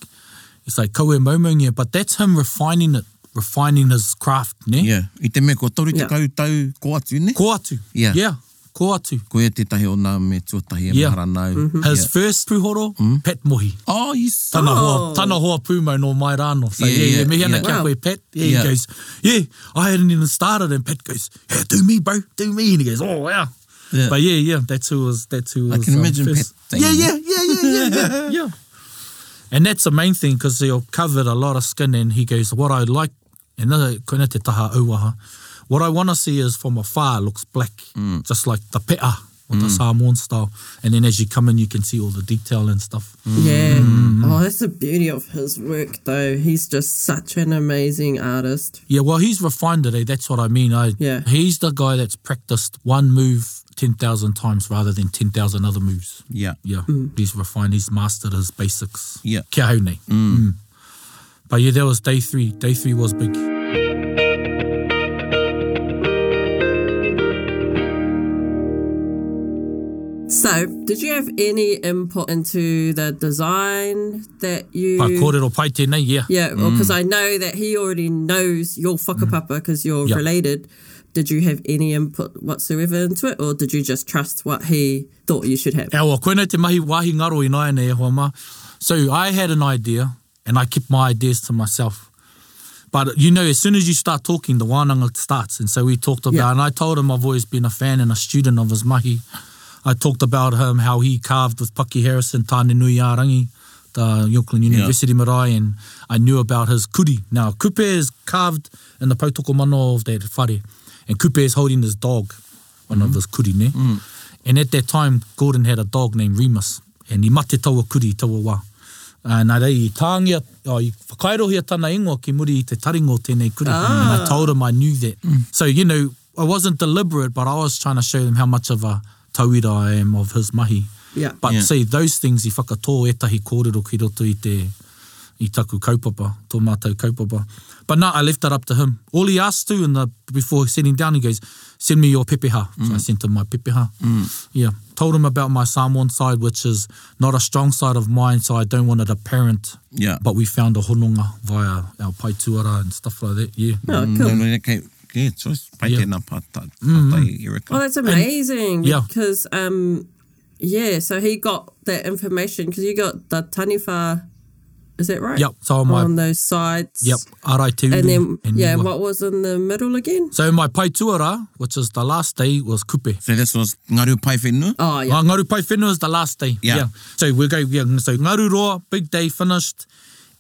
It's like kaue maumaungia, but that's him refining it, refining his craft, ne? Yeah. I te mea, ko toru te Yeah. kautau ko atu, ne? Ko atu. Yeah. Yeah, ko atu. Ko e te tahi o nā me tuatahi e Yeah. Mm-hmm. maharanau. His Yeah. first puhoro, mm. pet mohi. Oh, he's... Tana, Oh. hoa, tana hoa pūmau no mai rāno. So Yeah, yeah, yeah, yeah, me ana yeah. kia Wow. koe Pat. Yeah, Yeah. He goes, yeah, I hadn't even started. And Pat goes, yeah, do me, bro, do me. And he goes, oh, wow. Yeah. But yeah, yeah, that's who was, that's who I was. um, can imagine first- Pat saying Yeah, yeah, yeah, yeah, yeah, yeah, yeah. And that's the main thing because they'll covered a lot of skin. And he goes, what I like, and nā- koina te taha auaha, what I want to see is from afar looks black, Mm. just like the peta or the Samoan style. And then as you come in, you can see all the detail and stuff. Yeah. Oh, that's the beauty of his work, though. He's just such an amazing artist. Yeah, well, he's refined it. Eh? That's what I mean. I, Yeah. He's the guy that's practiced one move 10,000 times rather than 10,000 other moves. Yeah. Yeah. He's refined. He's mastered his basics. Yeah. Kia hau nei. Mm. But yeah, that was day three. Day three was big. So, did you have any input into the design that you? Pai kōrero pai tēnei, yeah. Yeah, because I know that he already knows your whakapapa because you're Mm. Yeah. related. Did you have any input whatsoever into it, or did you just trust what he thought you should have? Awa, koina te mahi wahi ngaro i nai nei e hoa ma. So I had an idea and I kept my ideas to myself. But you know, as soon as you start talking, the wānanga starts. And so we talked about, Yeah. and I told him I've always been a fan and a student of his mahi. I talked about him, how he carved with Paki Harrison, Tāne Nui Ārangi, uh, Auckland University Marae, and I knew about his kuri. Now, kupe is carved in the pautoko mano of that whare, and kupe is holding his dog, one of his kuri, ne? And at that time, Gordon had a dog named Remus, and he mate taua kuri, taua wā. Uh, nā rei, i tāngia, oh, i whakairohia tāna ingoa ki muri i te taringo tēnei kuri. Ah. And I told him I knew that. So, you know, I wasn't deliberate, but I was trying to show them how much of a tauira I am of his mahi. Yeah. But Yeah. see, those things i whakatō etahi kōrero ki roto i te i taku kaupapa, tō mātou kaupapa. But no, I left that up to him. All he asked to in the, before sitting down, he goes, send me your pepeha. Mm. So I sent him my pepeha. Yeah. Told him about my Samoan side, which is not a strong side of mine, so I don't want it apparent. Yeah. But we found a hononga via our paituara and stuff like that. Yeah. Oh, Mm, cool. no, no, okay. Yeah, choice. Pai Yeah. Mm-hmm. tēnā pātai, pātai, e reka. Oh, that's amazing. yeah. Because, um, yeah, so he got that information because you got the tanifa, is that right? Yep. So my, On those sides. yep, arai te uru And then, yeah, niwa. what was in the middle again? So my paituara, which is the last day, was kupe. So this was Ngaru Pai Whenua? Oh, Yeah. yeah. ngaru pai whenua is the last day. Yeah. So we go, yeah, so ngaru roa, big day finished.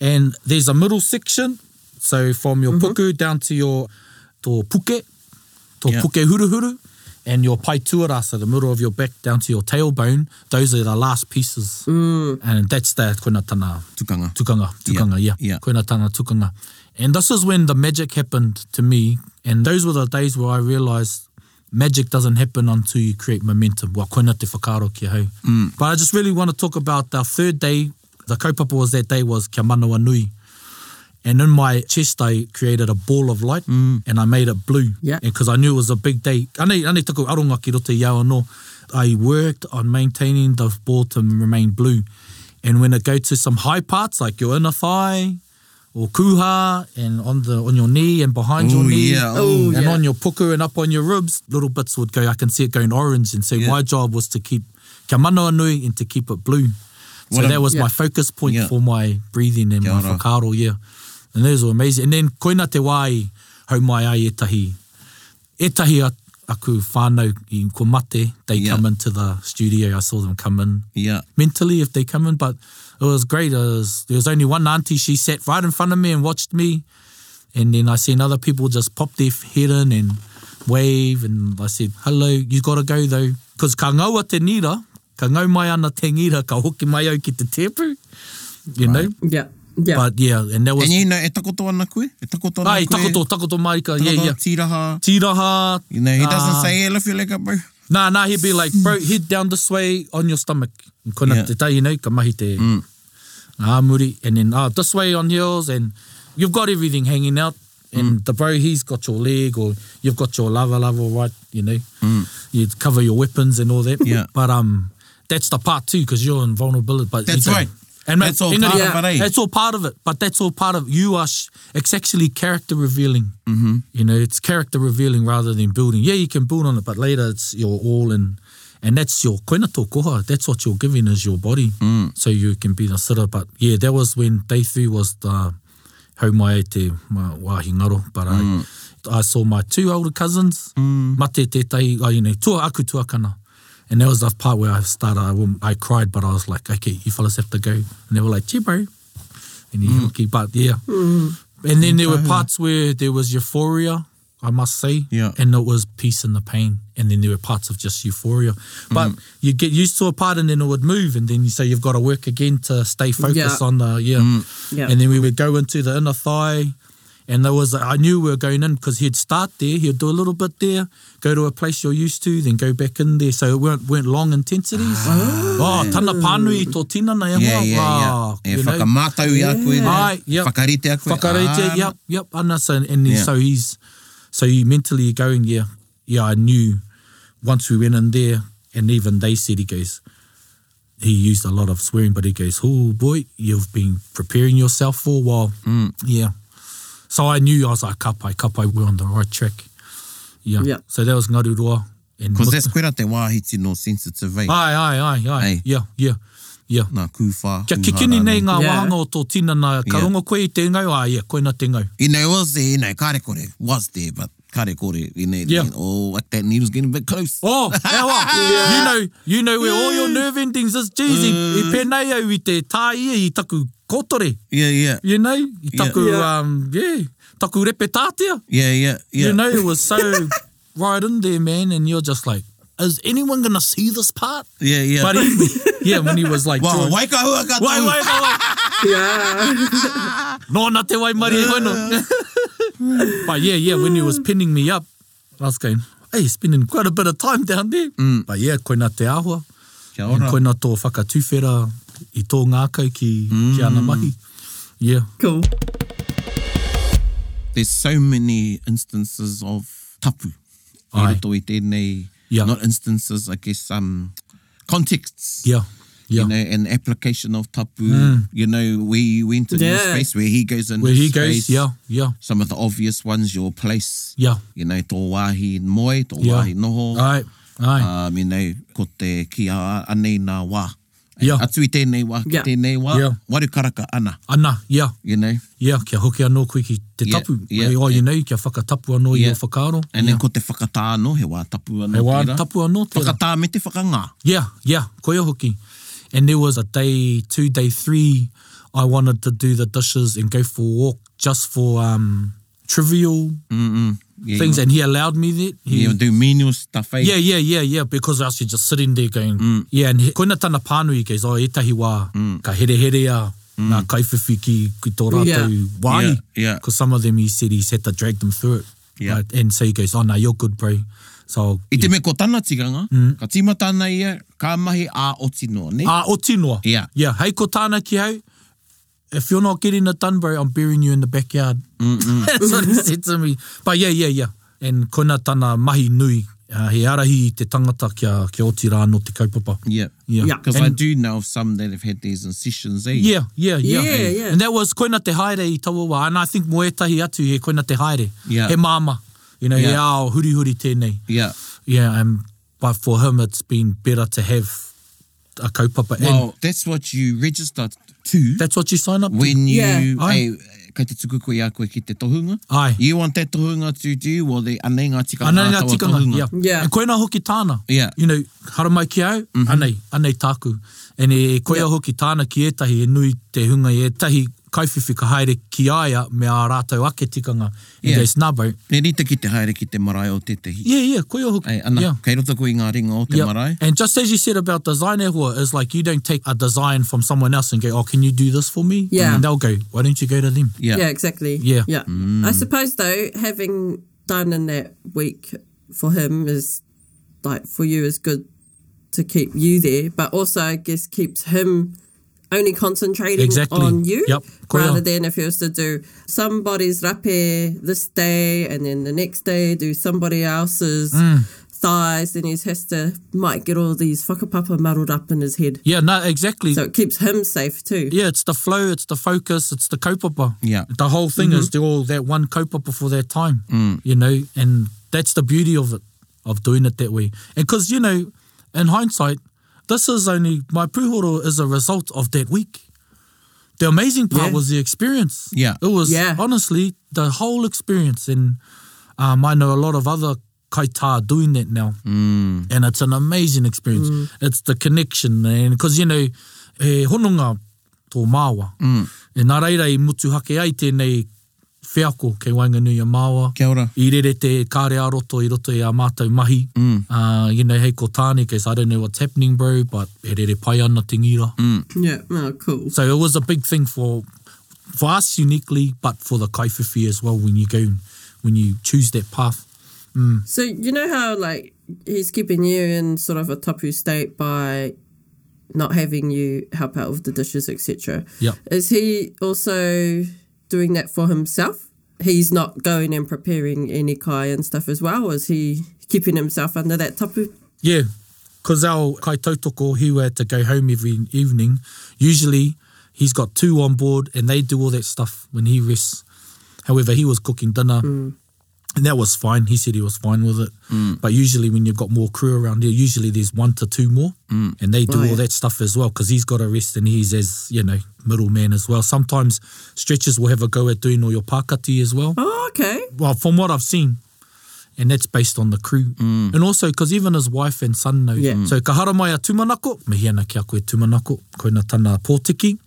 And there's a middle section. So from your puku down to your to puke, to Yeah. puke huru huru, and your paituara, so the middle of your back down to your tailbone, those are the last pieces. And that's the koina tana Tukanga. Tukanga, tukanga, yeah. Yeah. Koina tana tukanga. And this is when the magic happened to me. And those were the days where I realised magic doesn't happen until you create momentum. Wa koina te whakaro kia hau. Mm. But I just really want to talk about our third day. The kaupapa was that day was kia manawa nui. And in my chest, I created a ball of light Mm. and I made it blue. Yeah. Because I knew it was a big day. Anei, anei taku aronga ki roto i ao anō. I worked on maintaining the ball to remain blue. And when it go to some high parts, like your inner thigh or kuha and on the on your knee and behind your Ooh, knee yeah. Ooh, and yeah. on your puku and up on your ribs, little bits would go, I can see it going orange. And so Yeah. my job was to keep kia manawa nui and to keep it blue. So What a- that was Yeah. my focus point Yeah. for my breathing and Kia my ora. whakaro, yeah. And those were amazing. And then koina te wai, hau mai ai etahi. Etahi a- aku whānau i ko mate, they Yeah. come into the studio. I saw them come in Yeah. mentally if they come in, but it was great. It was, there was only one auntie, she sat right in front of me and watched me. And then I seen other people just pop their head in and wave. And I said, hello, you got to go though. Because ka ngaua te nira, ka ngau mai ana te nira, ka hoki mai au ki te tepu, you know. Yeah. Yeah. But yeah, and that was... And you know, e takoto ana koe? E takoto ana Ai, koe? Ah, takoto, takoto marika, yeah, Takoto yeah. tiraha. Tiraha. You know, he ah, doesn't say, hey, love your leg up, bro. Nah, nah, he'd be like, bro, head down this way on your stomach. And Kona Yeah. Mm. te tai, you know, ka mahi te ah, muri. And then, ah, this way on yours. And you've got everything hanging out. And Mm. the bro, he's got your leg or you've got your lava lava, right, you know. You cover your weapons and all that. Mm. Yeah. But um, that's the part too, because you're in vulnerability. But you That's can- right. And mate, That's all engari- part Yeah. of it, eh? That's all part of it. But that's all part of you are. Sh- it's actually character revealing. Mm-hmm. You know, it's character revealing rather than building. Yeah, you can build on it, but later it's your all and and that's your koina tō koha. That's what you're giving is your body. Mm. So you can be the sitter. But yeah, that was when day three was the hau mai e te ma- wāhi ngaro. But I, I saw my two older cousins, mm. mate tētahi, oh, you know, tua aku tuakana. And that was the part where I started, I, wouldn't- I cried, but I was like, okay, you fellas have to go. And they were like, yeah, bro. And you Mm. keep up, yeah. And then there were parts where there was euphoria, I must say, Yeah. and it was peace in the pain. And then there were parts of just euphoria. But Mm. you get used to a part and then it would move. And then you say you've got to work again to stay focused Yeah. on the, yeah. Mm. Yeah. And then we would go into the inner thigh. And there was, I knew we were going in because he'd start there, he'd do a little bit there, go to a place you're used to, then go back in there. So it weren't, weren't long intensities. Oh, tana pānui tō tinana e Ah. Yeah, hoa. yeah, yeah. Wow, E you know. Ah, whakamātau i a koe. ne? Ai, yep. Whakarite a koe. Whakarite, Ah, yep, yep. Ana, so, and then, Yeah. so he's, so you mentally you're going, yeah, yeah, I knew once we went in there, and even they said, he goes, he used a lot of swearing, but he goes, oh boy, you've been preparing yourself for a while. Mm. Yeah. So I knew, I was like, kapai, kapai, we're on the right track. Yeah. Yeah. So that was Ngaru Roa. and Because Mut- that's koe ra te wāhiti no sensitive, eh? Aye, aye, aye, aye. Aye. Yeah, yeah, yeah. Nā kūwhā. Kia kūhara kikini nei ngā Yeah. wahanga o tō tinana, ka Yeah. rongo koe i te ngau, ah, yeah, koe na te ngau. You know, it was there, you know, kare kore was there, but Kare kore, you know, Yeah. oh, what, that needle's getting a bit close. Oh, yeah. You know, you know where all your nerve endings is. Jeez, i, i pēnei au i te tā ia i taku kōtore. Yeah, yeah, You know, i taku, Yeah. um, yeah, taku repetātea. yeah, yeah, yeah. You know, it was so right in there, man, and you're just like, is anyone gonna see this part? yeah, yeah. But he, yeah, when he was like, Wow, drawing- wai ka hua ka wai, tau. wai, wai, wai. Yeah. No, not te wai mari e kono. but yeah, yeah, when he was pinning me up, I was going, hey, spending quite a bit of time down there. But yeah, koina te Mm. ahua. Kia And ora. koina tō whakatūwhera i tō ngākau ki, Mm. ki ana mahi. Yeah. Cool. There's so many instances of tapu. Ai. Ai. Roto i tēnei, Yeah. not instances, I guess, um, contexts. Yeah. Yeah. Mm. You know, an application of tapu. You know, where you went in your Yeah. space, where he goes in Where his he goes, space. yeah, yeah, Some of the obvious ones, your place. yeah. You know, tō wāhi moe, tō Yeah. wāhi noho. Ai, ai. Um, you know, ko te kia a- anei nā wā. Yeah. Atu i tēnei wā, ki Yeah. tēnei wā, Yeah. warukaraka ana, Ana, yeah. you know. Yeah, kia hoki anō koe ki te Yeah, tapu. yeah, Ai, oh, yeah. you know, kia whakatapu anō i Yeah. o whakaaro. And yeah. then ko te whakatā anō, he wā tapu anō Hei wā tērā. tapu anō tērā. Whakatā me te whakangā. Yeah, yeah, koia hoki. And there was a day two, day three, I wanted to do the dishes and go for a walk just for um, trivial Yeah, things. you, And he allowed me that. He, you do menial stuff, eh? yeah, yeah, yeah, yeah, because I was just sitting there going, Mm. yeah, and he, koina tana pānui, he goes, oh, etahi wā, mm. ka here here a, mm. ngā kaiwhiwhi ki, ki tō rātou Yeah. wāhi. Yeah, yeah. Because some of them, he said he's had to drag them through it. Yeah. Right? And so he goes, oh, no, you're good, bro. So, I te me ko tana tiganga, ka tīmata ana ia, ka mahi a oti noa, ne? Mm. Ah, o tinoa. Yeah. Yeah, hei ko tāna ki hau, if you're not getting it done, bro, I'm burying you in the backyard. That's what he said to me. But yeah, yeah, yeah. And kona tāna mahi nui, uh, he arahi i te tangata kia, kia oti rāno te kaupapa. Yeah. Yeah. Yeah. Because I And- do know of some that have had these incisions, eh? Yeah, yeah, yeah. Yeah, yeah. And that was koina te haere i Tawawa. And I think moetahi atu he koina te haere. Yeah. He māma. You know, he Yeah. ao huri huri tēnei. Yeah. Yeah, and, but for him, it's been better to have a kaupapa. and Well, that's what you register to that's what you sign up to. when you, Yeah. Ai. hey, kei te tuku koe a koe ki te tohunga. Ai. You want that tohunga to do, well, the anei ngā tika Anei ngā tātou a tikanga, tohunga. yeah. Yeah. And koina hoki tāna. Yeah. Mhm. You know, hara mai ki au, mm -hmm. anei, anei tāku. And e koia yeah. hoki tāna ki ētahi, e nui te hunga i ētahi kaiwhiwhi ka haere ki aia me a rātou ake tikanga. Yeah. Yeah. And goes, nā bau. Ne rita ki te haere ki te marae o te tehi. Yeah, yeah, koia hoki. Ei, ana, yeah. kei roto koe i ngā ringa o te Yep. marae. And just as you said about design e hoa, is like you don't take a design from someone else and go, oh, can you do this for me? Yeah. And they'll go, why don't you go to them? Yeah. Yeah, exactly. Yeah. Mm. Yeah. I suppose though, having done in that week for him is like for you is good to keep you there, but also I guess keeps him only concentrating Exactly. on you Yep. Correct. rather than if he was to do somebody's rape this day and then the next day do somebody else's Mm. thighs, then he has to might get all these whakapapa muddled up in his head. Yeah, no, exactly. So it keeps him safe too. Yeah, it's the flow, it's the focus, it's the kaupapa. Yeah. The whole thing is they're all that one kaupapa for their time, Mm. you know, and that's the beauty of it, of doing it that way. And because, you know, in hindsight, this is only, my puhoro is a result of that week. The amazing part Yeah. was the experience. Yeah. It was Yeah. honestly the whole experience. And um, I know a lot of other kaita are doing that now. Mm. And it's an amazing experience. It's the connection. And because, you know, e hononga tō māua. Mm. E nā reira i mutu hake ai tēnei whiako kei Wainganui a māua. Kia ora. I rere te kāre a roto i roto i a mātou mahi. Mm. Uh, you know, hei ko tāne, case I don't know what's happening, bro, but e rere pai ana te ngira. Mm. Yeah. Oh, cool. So it was a big thing for for us uniquely, but for the kaiwhiwhi as well when you go when you choose that path. So you know how like he's keeping you in sort of a tapu state by not having you help out with the dishes, etc. Yep. Is he also doing that for himself? He's not going and preparing any kai and stuff as well. Or is he keeping himself under that tapu? Yeah, because our kai tautoko, he had to go home every evening. Usually, he's got two on board and they do all that stuff when he rests. However, he was cooking dinner and that was fine. He said he was fine with it. But usually, when you've got more crew around there, usually there's one to two more and they do all yeah. that stuff as well because he's got to rest and he's as, you know, middleman as well. Sometimes stretchers will have a go at doing all your pakati as well Oh, okay. well, from what I've seen, And that's based on the crew. Mm. And also, because even his wife and son know. Yeah. Mm. So, ka hara mai a tumanako, me hiana ki a koe tumanako, koina tana pōtiki,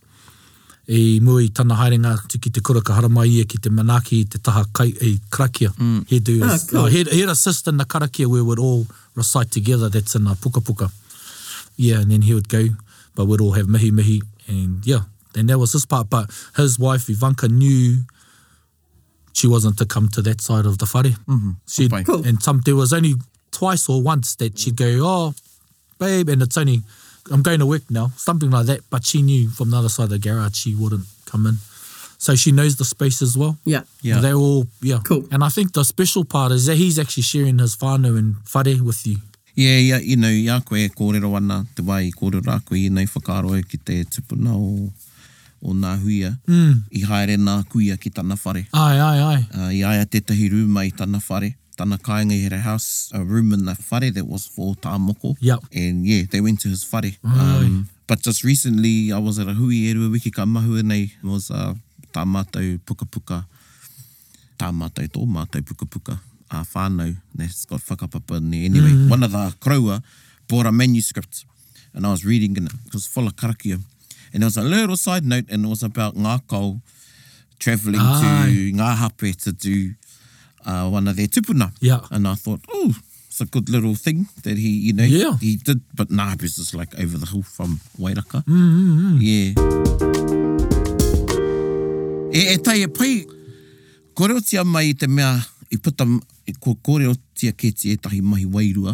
e mua i tana haerenga tiki te kura ka hara mai ia ki te manaki i te taha kai, e karakia. Mm. He, do, Ah, oh, cool. cool. uh, he, he had a sister in the karakia where we'd all recite together, that's in uh, Puka Puka. Yeah, and then he would go, but we'd all have mihi mihi, and yeah, and that was his part. But his wife Ivanka knew she wasn't to come to that side of the whare. Mm-hmm. She'd, Whai. Cool. And some there was only twice or once that she'd go, oh, babe, and it's only I'm going to work now, something like that. But she knew from the other side of the garage she wouldn't come in, so she knows the space as well. Yeah. Yeah. They're all, yeah. Cool. And I think the special part is that he's actually sharing his whānau and whare with you. Ia, ia, ino, ia koe e kōrero ana, te wai i kōrero a koe i nei whakaroe ki te tupuna o, o nā huia. Mm. I haere nā kuia ki tāna whare. Aye, aye, aye. Uh, i aia tētahi rūma i tāna whare. Tāna kāinga i here house, a room in the whare that was for tā moko. Yep. And yeah, they went to his whare. Um, but just recently, I was at a hui e rua wiki ka mahu nei. It was uh, tā mātou puka puka. tā mātou tō mātou puka puka a whānau, that's got whakapapa in there. Anyway, mm. one of the kraua bought a manuscript and I was reading in it, it was full of karakia. And there was a little side note and it was about ngā kau travelling Aye. to Ngā Hape to do uh, one of their tupuna. Yeah. And I thought, oh, it's a good little thing that he, you know, Yeah. Eh, he did. But Ngā Hape is just like over the hill from Wairaka. Mm, mm, mm. Yeah. E, e tai e pai Kōrero tia mai i te mea, i puta, m- i ko kōrero tia kēti e tahi mahi wairua.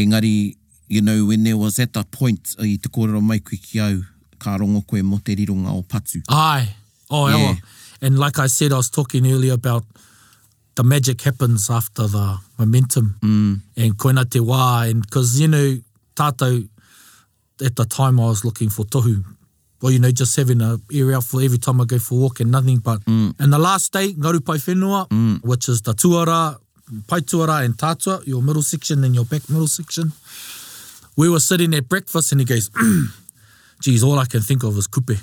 Engari, you know, when there was at that point uh, i te kōrero mai koe ki au, ka rongo koe mo te rironga o patu. Aye. Oh, yeah. Yeah. And like I said, I was talking earlier about the magic happens after the momentum mm. and koina te wā. And because, you know, tātou, at the time I was looking for tohu. Well, you know, just having a ear out for every time I go for a walk and nothing but. Mm. And the last day, Ngaru Pai Whenua, mm. which is the tuara, Pai Tuara and Tātua, your middle section and your back middle section. We were sitting at breakfast and he goes, geez, all I can think of is kupe.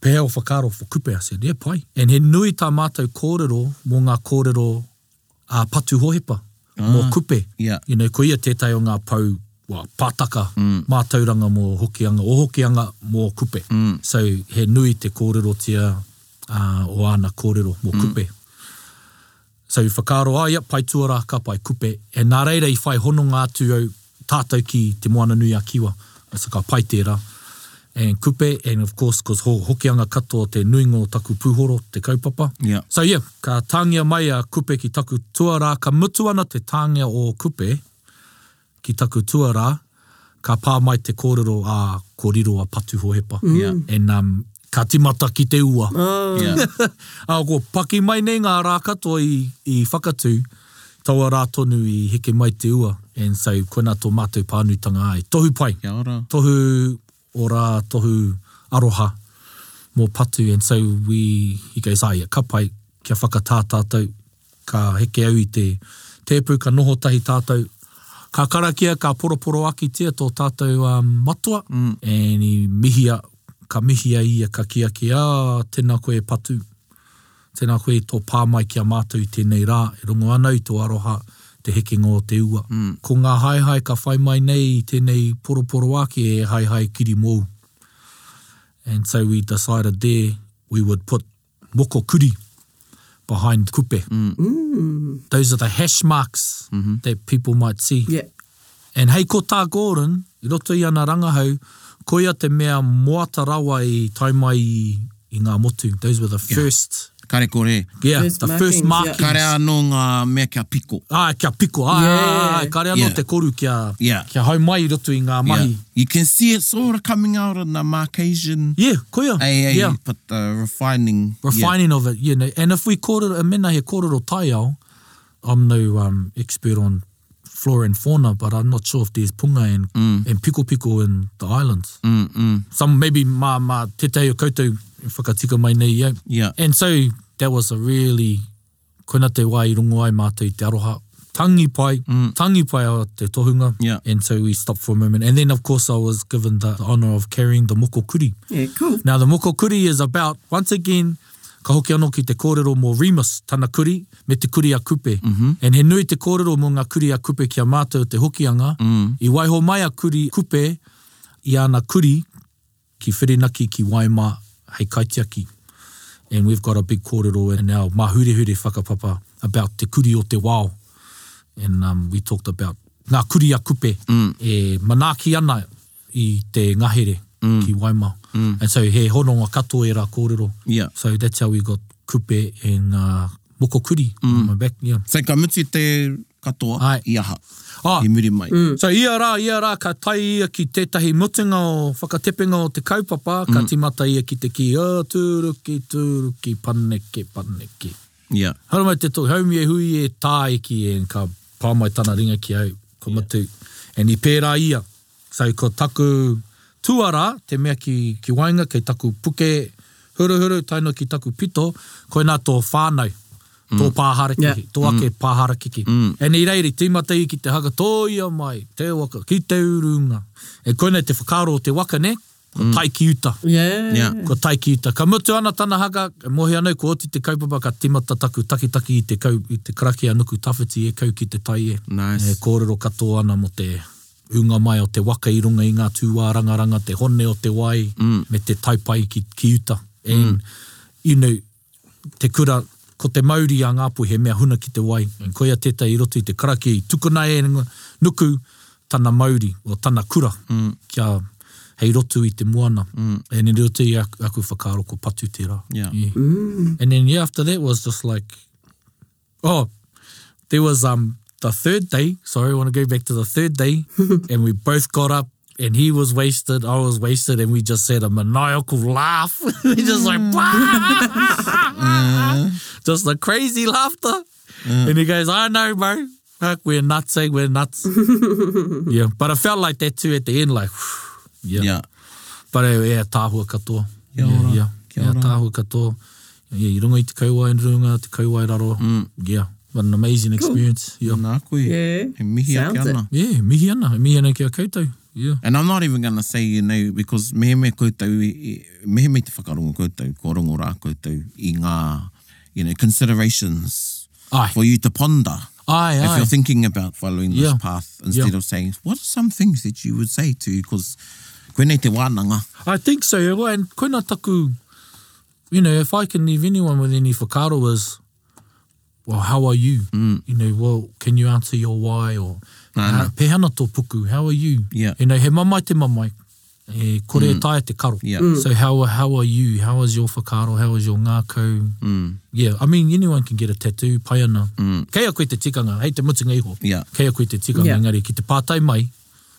Pēhea o whakaro for kupe. I said, yeah, pai. And he nui tā mātou kōrero mō ngā kōrero a patu hohepa mō kupe. Yeah. You know, ko ia tētai o ngā pau wā, pātaka mm. mātauranga mō hokianga, o hokianga mō kupe. Mm. So he nui te kōrero tia uh, o ana kōrero mō kupe. So i whakaro, ah, ia, pai tuara ka pai kupe. E nā reira i whai hono ngā atu au tātou ki te moana nui a kiwa. It's like a pai tērā. And kupe, and of course, because ho, hokianga katoa te nuingo o taku puhoro, te kaupapa. Yeah. So yeah, ka tāngia mai a kupe ki taku tuara, ka mutu ana te tāngia o kupe ki taku tuara, ka pā mai te kōrero a kōrero a patu hohepa. Yeah. And um, ka timata ki te ua. Yeah. A ko paki mai nei ngā rā katoa i, i whakatū, taua rā tonu i heke mai te ua. And so, koina tō mātou pānutanga ai. Tohu pai. Kia ora. Tohu ora, tohu aroha mō patu. And so, we, he goes, ai, ka pai, kia whakatā tātou, ka heke au i te tēpū, ka noho tahi tātou, ka karakia, ka poroporo aki tia tō tātou um, matua, mm. and i mihia, ka mihia ia, ka kia ki, a, tēnā koe patu, tēnā koe tō pāmai kia mātou i tēnei rā, e rongo ana i tō aroha te heke ngō te ua. Mm. Ko ngā haihai ka whai mai nei i tēnei poroporo ake e haihai kiri mōu. And so we decided there we would put moko kuri behind kupe. Mm. Those are the hash marks mm-hmm. that people might see. Yeah. And hei ko tā Gordon, i roto i ana rangahau, ko ia te mea moata rawa i taumai i, i ngā motu. Those were the first, Kare kore. yeah, First the first markings, markings. yeah. Kare anō ngā mea kia piko. Ah, kia piko, ah, Yeah. yeah. ai, kare anō Yeah. te koru kia, Yeah. kia hau mai i roto i ngā mahi. Yeah. You can see it sort of coming out on the Marcasian. Yeah, yeah ko ia. Ai, ai, yeah. but the refining. refining of it, you know. And if we kōrero, a mena he kōrero tai au, I'm no um, expert on flora and fauna, but I'm not sure if there's punga and, and piko piko in the islands. Yeah. Mm, mm. Some maybe mā, mā te teo koutou i whakatika mai nei iau. Yeah. And so that was a really koina te wā i rongo ai mātou i te aroha. Tangi pai, mm. tangi pai o te tohunga. Yeah. And so we stopped for a moment. And then of course I was given the, the honour of carrying the moko kuri. Yeah, cool. Now, the mokokuri is about, once again, Ka hoki anō ki te kōrero mō Remus, tana kuri, me te kuri a kupe. Mm -hmm. And he nui te kōrero mō ngā kuri a kupe kia mātou te hokianga, mm. i waiho mai a kuri kupe, i ana kuri ki whirinaki ki Waima hei kaitiaki. And we've got a big kōrero in our mahure-hure whakapapa about te kuri o te wao. And um, we talked about ngā kuri a kupe mm. e manaki ana i te ngahere mm. ki Waima. Mm. And so he hononga kato e rā kōrero. Yeah. So that's how we got kupe and uh, moko kuri mm. on my back. Yeah. Whai ka muti te katoa Ai. i aha. Ah, I muri mai. Mm. So ia rā, ia rā, ka tai ia ki tētahi mutunga o whakatepenga o te kaupapa, ka mm. timata ia ki te ki, ā, tūruki, tūruki, paneke, paneke. Yeah. Hara mai te tō, haumi e hui e tā e ki e, ka pāmai tana ringa ki au, ko matu. Yeah. And i pērā ia. So ko taku tuara, te mea ki, ki wainga, kei taku puke, huru huru, taino ki taku pito, koe nā tō whānau. Mm. Tō pāhara kiki, Yeah. yeah. tō ake mm. pāhara kiki. Mm. E nei reiri, tīmata i ki te haka, tō ia mai, te waka, ki te urunga. E koe nei te whakaro o te waka ne, ko mm. tai ki uta. Yeah. Yeah. Ko tai ki uta. Ka mutu ana tana haka, e mohi anau ko oti te kaupapa ka timata taku takitaki i te, kau, i te karaki a nuku tawhiti e kau ki te tai e. Nice. E kōrero katoa ana mo te unga mai o te waka i runga i ngā tūwā rangaranga, te hone o te wai, mm. me te taipai ki, ki uta. And, mm. you know, te kura, ko te mauri a ngāpu he mea huna ki te wai. And koia tētai i roto i te karaki i tukuna e ngā- nuku tana mauri o tana kura mm. kia hei roto i te moana. Mm. And i roto i aku, aku whakaro ko patu tērā. Yeah. Mm. And then yeah, after that was just like, oh, there was um the third day. Sorry, I want to go back to the third day, and we both got up, and he was wasted, I was wasted, and we just had a maniacal laugh. we just like, just the crazy laughter, and he goes, "I know, bro." Fuck, we're nuts, eh? We're nuts. yeah, but I felt like that too at the end, like, yeah. Yeah. Pare e e tāhua katoa. Kia ora, Ia, ia. kia Ia ora. tāhua katoa. Ia, i runga i te kaua, i runga, te kaua i raro. Mm. Yeah, what an amazing experience. Yeah. Nā koe. Yeah. He mihi ake Sounds it. ana. Yeah, mihi ana, mihi ana kia koutou. Yeah. And I'm not even going to say, you know, because me me koutou, i- i- me me te whakarongo koutou, ko rongo rā koutou, i ngā, you know, considerations Ai. for you to ponder. Ai, If ai. you're thinking about following this Yeah. path, instead Yeah. of saying, what are some things that you would say to, because koenei te wānanga, I think so, yeah, well, and koina taku, you know, if I can leave anyone with any whakaro is, well, how are you? Mm. You know, well, can you answer your why? Or, Nā, nā. pehana tō puku, how are you? Yeah. You know, he mamai te mamai, e kore mm. tae te karo. Yeah. Mm. So how, how are you? How is your whakaro? How is your ngākau? Mm. Yeah, I mean, anyone can get a tattoo, pai ana. Mm. Kei a koe te tikanga, hei te mutunga iho. Yeah. Kei a koe te tikanga, Yeah. yeah. engari ki te pātai mai,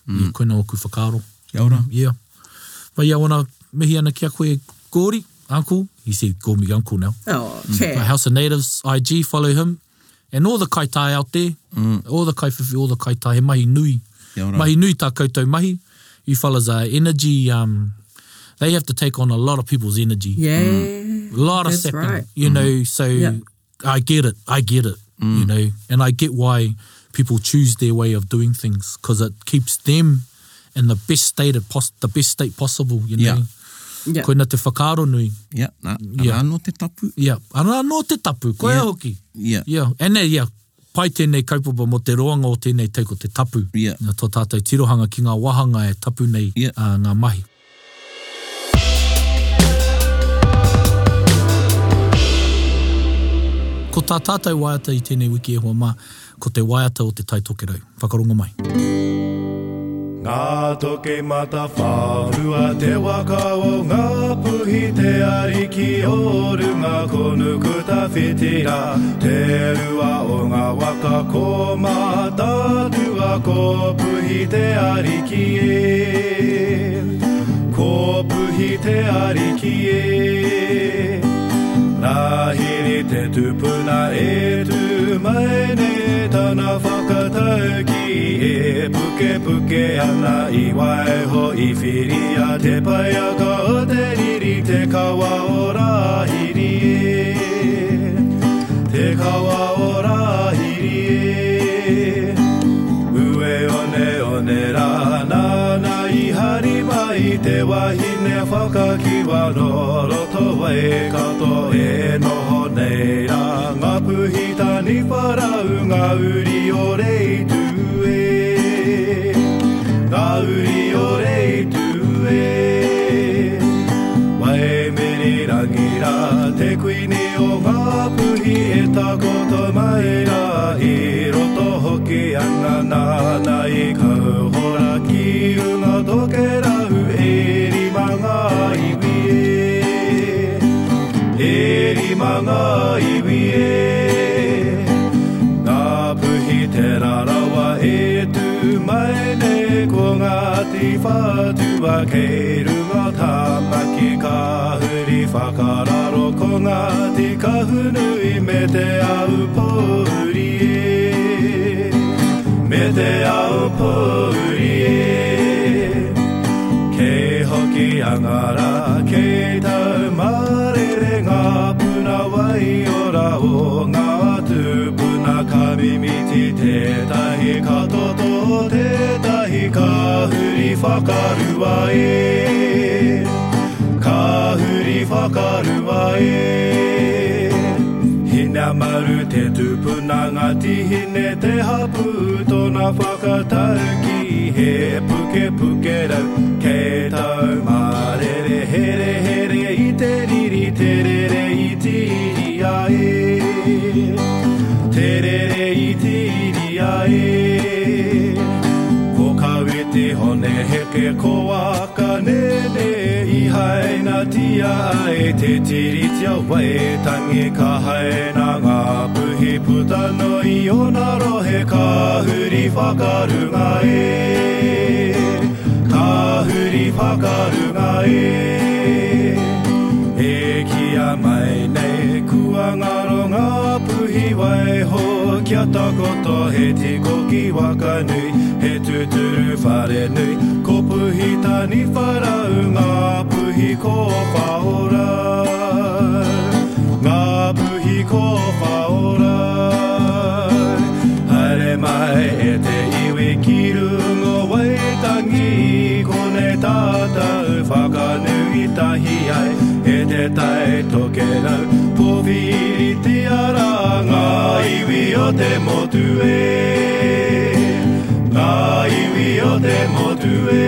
mm. i koina oku whakaro. Kia ora. Yeah. But yeah, when I mihi ana kia koe Gori, uncle, he said, call me uncle now. Oh, Mm. Yeah. chair. House of Natives, IG, follow him. And all the kaitai out there, mm. all the kaiwhiwhi, all the kaitai, he mahi nui. Kia ora. Mahi nui tā koutou mahi. You fellas are energy, um, they have to take on a lot of people's energy. Yeah. Mm. A lot of That's stepping, right. you know. So Yeah. I get it. I get it. You Mm. know, and I get why people choose their way of doing things because it keeps them in the best state of pos- the best state possible. You know, Yeah. Yeah. koina te whakaro nui. yeah, nā, Yeah. yeah. nā no te tapu, Yeah, ana no te tapu, koe Yeah. hoki. yeah, Yeah, and uh, yeah, pai tēnei kaupapa mo te roanga o tēnei teiko te tapu. Yeah. Nā tō tātou tirohanga ki ngā wahanga e tapu nei Yeah. uh, ngā mahi. Ko tā tātou waiata i tēnei wiki e hoa mā, ko te waiata o te taitokerau. Whakarongo mai. Ngā toke mata whārua te waka o ngā puhi te ariki o runga ko nuku ta whitira Te rua o ngā waka ko mā tātua ko puhi te ariki e Ko puhi te ariki e Nā hiri te tupuna e tu mai ne tana whakatau ki e puke puke ana i waiho i whiri a te pai a ka o te riri te kawa o rā hiri e te kawa o rā hiri e Ue one one rā nāna i hari mai i te wahine whakakiwa no roto ai kato e noho nei rā ngā puhi tani parau ngā uri o rei tū e ngā uri o rei tū e Mai meri rangira te kuini o ngā puhi e takoto mai rā i roto hoki ana nāna i kau hora ki unga toke rau e rima ngā iwi e e rima ngā iwi e Ngā puhi te rarawa e tū mai ne ko ngā te whātua kei runga tāmaki ka huri whakararo ko ngā te kahunui me te au pōuri e me te au pōuri e Kei hoki angara, kei tau marere ngā puna wai ora o ngā atu puna kamimiti tētahi katoto tētahi ka huri whakarua e ka huri whakarua e Hina maru te tūpuna ngā tihine te hapu tōna whakatau ki he puke puke rau kei tau marere here here i te riri te rere i tiri ai te rere i tiri ai Ko kawe te hone heke ko aka nene i haina tia ai te tiri tia wai tangi ka haina ngā puhi puta no i ona rohe ka huri whakarunga e ka huri whakarunga e E kia mai nei kua ngaro ngā puhi wai ho Kia takoto he tiko ki waka nui He tuturu whare nui Ko puhi tani wharau ngā puhi ko whaora Ngā puhi ko whaora Haere mai e te iwi ki rungo wai tangi Kone tātau whakanui tahi ai E te tai toke rau Pōwiri te ara ngā iwi o te motu e Ngā iwi o te motu e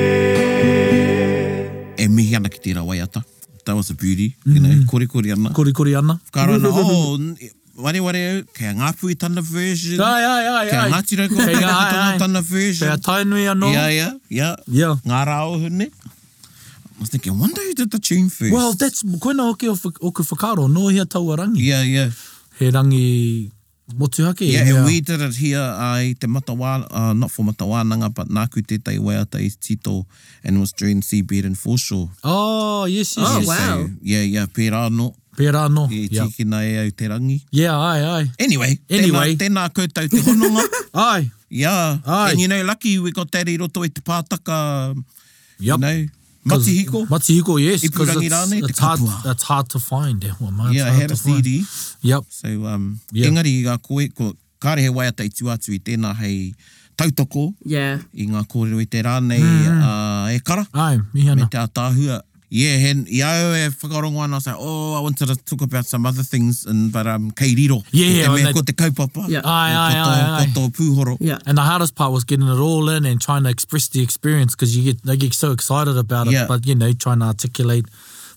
E mihi ana ki tērā waiata. That was a beauty. You know, kore kore ana. Kori kori ana. Karana, oh, n- ware ware au, kei a ngāpui tana version. Ai, ai, ai, ai. Kia Ngāti Rauko Kia Ngāti ai, Tōna ai. Tana version. Kia tainui anō. Yeah, yeah, yeah. Yeah. Ngā rā o hune. I was thinking, I wonder who did the tune first. Well, that's, koina hoki o, wha- o ku whakaro, nō hea tauarangi. yeah, yeah. He rangi motuhake. Yeah, and we did it here ai te Matawana, uh, not for Matawananga, but Nāku te tai waiata i Tito, and was during Seabed and Foreshore. Oh, yes, yes, Oh, yes. wow. So, yeah, yeah, pērā no, Pērā anō. e Yeah. tiki nā e au te rangi. Yeah, ai, ai. Anyway, Anyway. tēnā, tēnā koutou te hononga. Ai. Yeah. And Aye. And you know, lucky we got that i roto i te pātaka, Yep. you know, matihiko. Matihiko, yes. I 'cause purangi it's- rānei, te it's hard- kapua. That's hard to find. Eh, well, man, it's yeah, I hard had a to find. CD. Yep. So, um, Yeah. engari i ngā koe, ko, kārehe wai ata i tu atu i tēnā hei tautoko Yeah. i ngā kōrero i te rānei Hmm. mm. uh, e kara. Ai, mihi me ana. te atahua. Yeah, hen, i au e whakarongo ana, say, oh, I wanted to talk about some other things, and, but um, kei riro. Yeah, I te yeah, mea and ko te kaupapa. E Yeah. Ai, ai, koto, ai, ai. Koto pūhoro. Yeah. And the hardest part was getting it all in and trying to express the experience because you get they get so excited about it, Yeah. but you know, trying to articulate,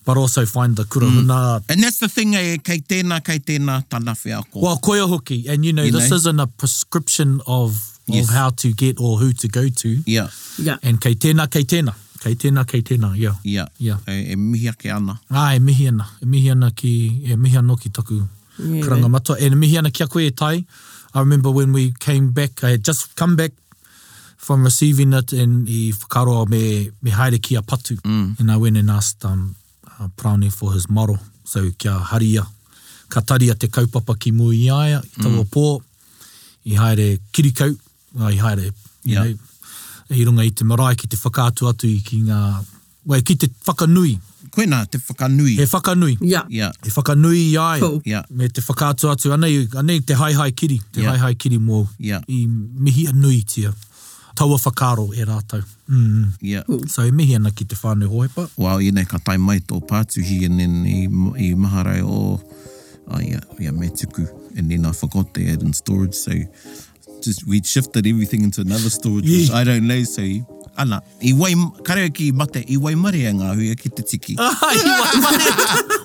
but also find the kurahuna. And that's the thing, eh, kei tēnā, kei tēnā, tāna whea ko. Well, koia hoki, and you know, You this know. isn't a prescription of Yes. of how to get or who to go to. yeah, Yeah. And kei tēnā, kei tēnā, kei tēnā, kei tēnā, yeah. yeah. Yeah. E, e mihi ake ana. Ai, mihi ana. E mihi ana ki, e mihi ana ki taku yeah, karanga matua. And mihi ana kia koe e tai. I remember when we came back, I had just come back from receiving it and i whakaroa me, me haere ki a patu. Mm. And I went and asked um, uh, Praone for his maro. So kia haria, ka taria te kaupapa ki mui i aia, i taua mm. pō, i haere kirikau, uh, i haere, you Yeah. know, i runga i te marae ki te whakātu atu i ki ngā, wai, ki te whakanui, Koe nā, te whakanui. He whakanui. Yeah. Yeah, He whakanui i ai. Cool. Yeah. Me te whakātu atu anei, anei te haihai kiri. Te Yeah. haihai kiri mō. Yeah. I mihi a nui tia. taua whakaro e rātou. Mm. Ia. So e mihi ana ki te whānau hoepa. Wau ina ka tai mai tō pātuhi e nen i, i maharai o uh, ia, ia me tuku. E And then I forgot they had in storage, so just we shifted everything into another storage, which Yeah. I don't know, so ana, i wai, karaoke i mate, i wai mare ngā hui ki te tiki. Ai, wai mare.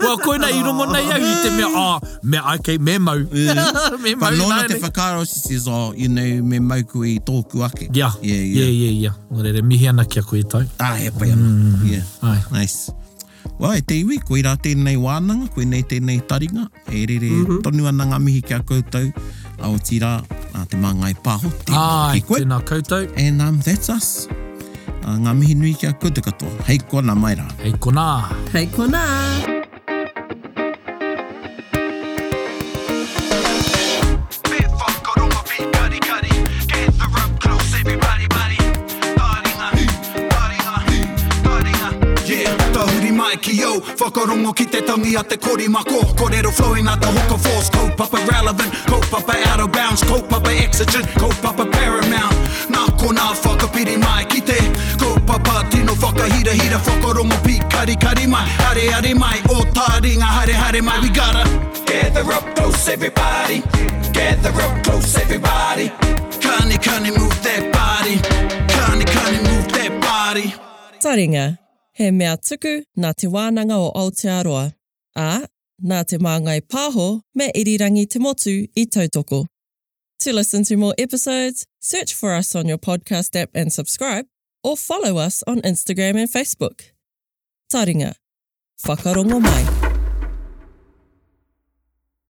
Well, koina i rongo nei au i te mea, ah, mea, okay, me mau. me mau But Lorna nāne. te whakaro, she says, oh, you know, me mauku i tōku ake. Yeah, Yeah, yeah. yeah, yeah. No reire, mihi ana kia koe tau. Ah, he pai ana. Yeah. Ai. Nice. Wā, e te iwi, koe rā tēnei wānanga, koe nei tēnei taringa, e rere mm -hmm. tonu ana ngā mihi kia koutou, au tira, a te māngai pāho, tēnā Ai, ki koe. Ah, tēnā koutou. And um, that's us. Uh, ngā mihi nui kia koutou katoa. Hei kona mai rā. Hei konā. Hei kona! Bit whakaronga pikari kari. Get the rope close, everybody, buddy. Taringa, taringa, taringa. Yeah, tahuri mai ki yo Whakarongo ki te tangi a te kori mako Korero flowing a te hoka force Kaupapa relevant, kaupapa out of bounds Kaupapa exigent, kaupapa paramount Nā kona whakapiri mai ki te Kaupapa tino whakahira hira Whakarongo pikari kari mai Hare hare mai, o taringa hare hare mai We gotta Gather up close, everybody. Gather up close, everybody. Kani kani move that body. Kani kani move that body. Taringa, he mea tuku nā te wānanga o Aotearoa, ā, nā te māngai pāho me irirangi te motu i tautoko. To listen to more episodes, search for us on your podcast app and subscribe, or follow us on Instagram and Facebook. Taringa, whakarongo mai.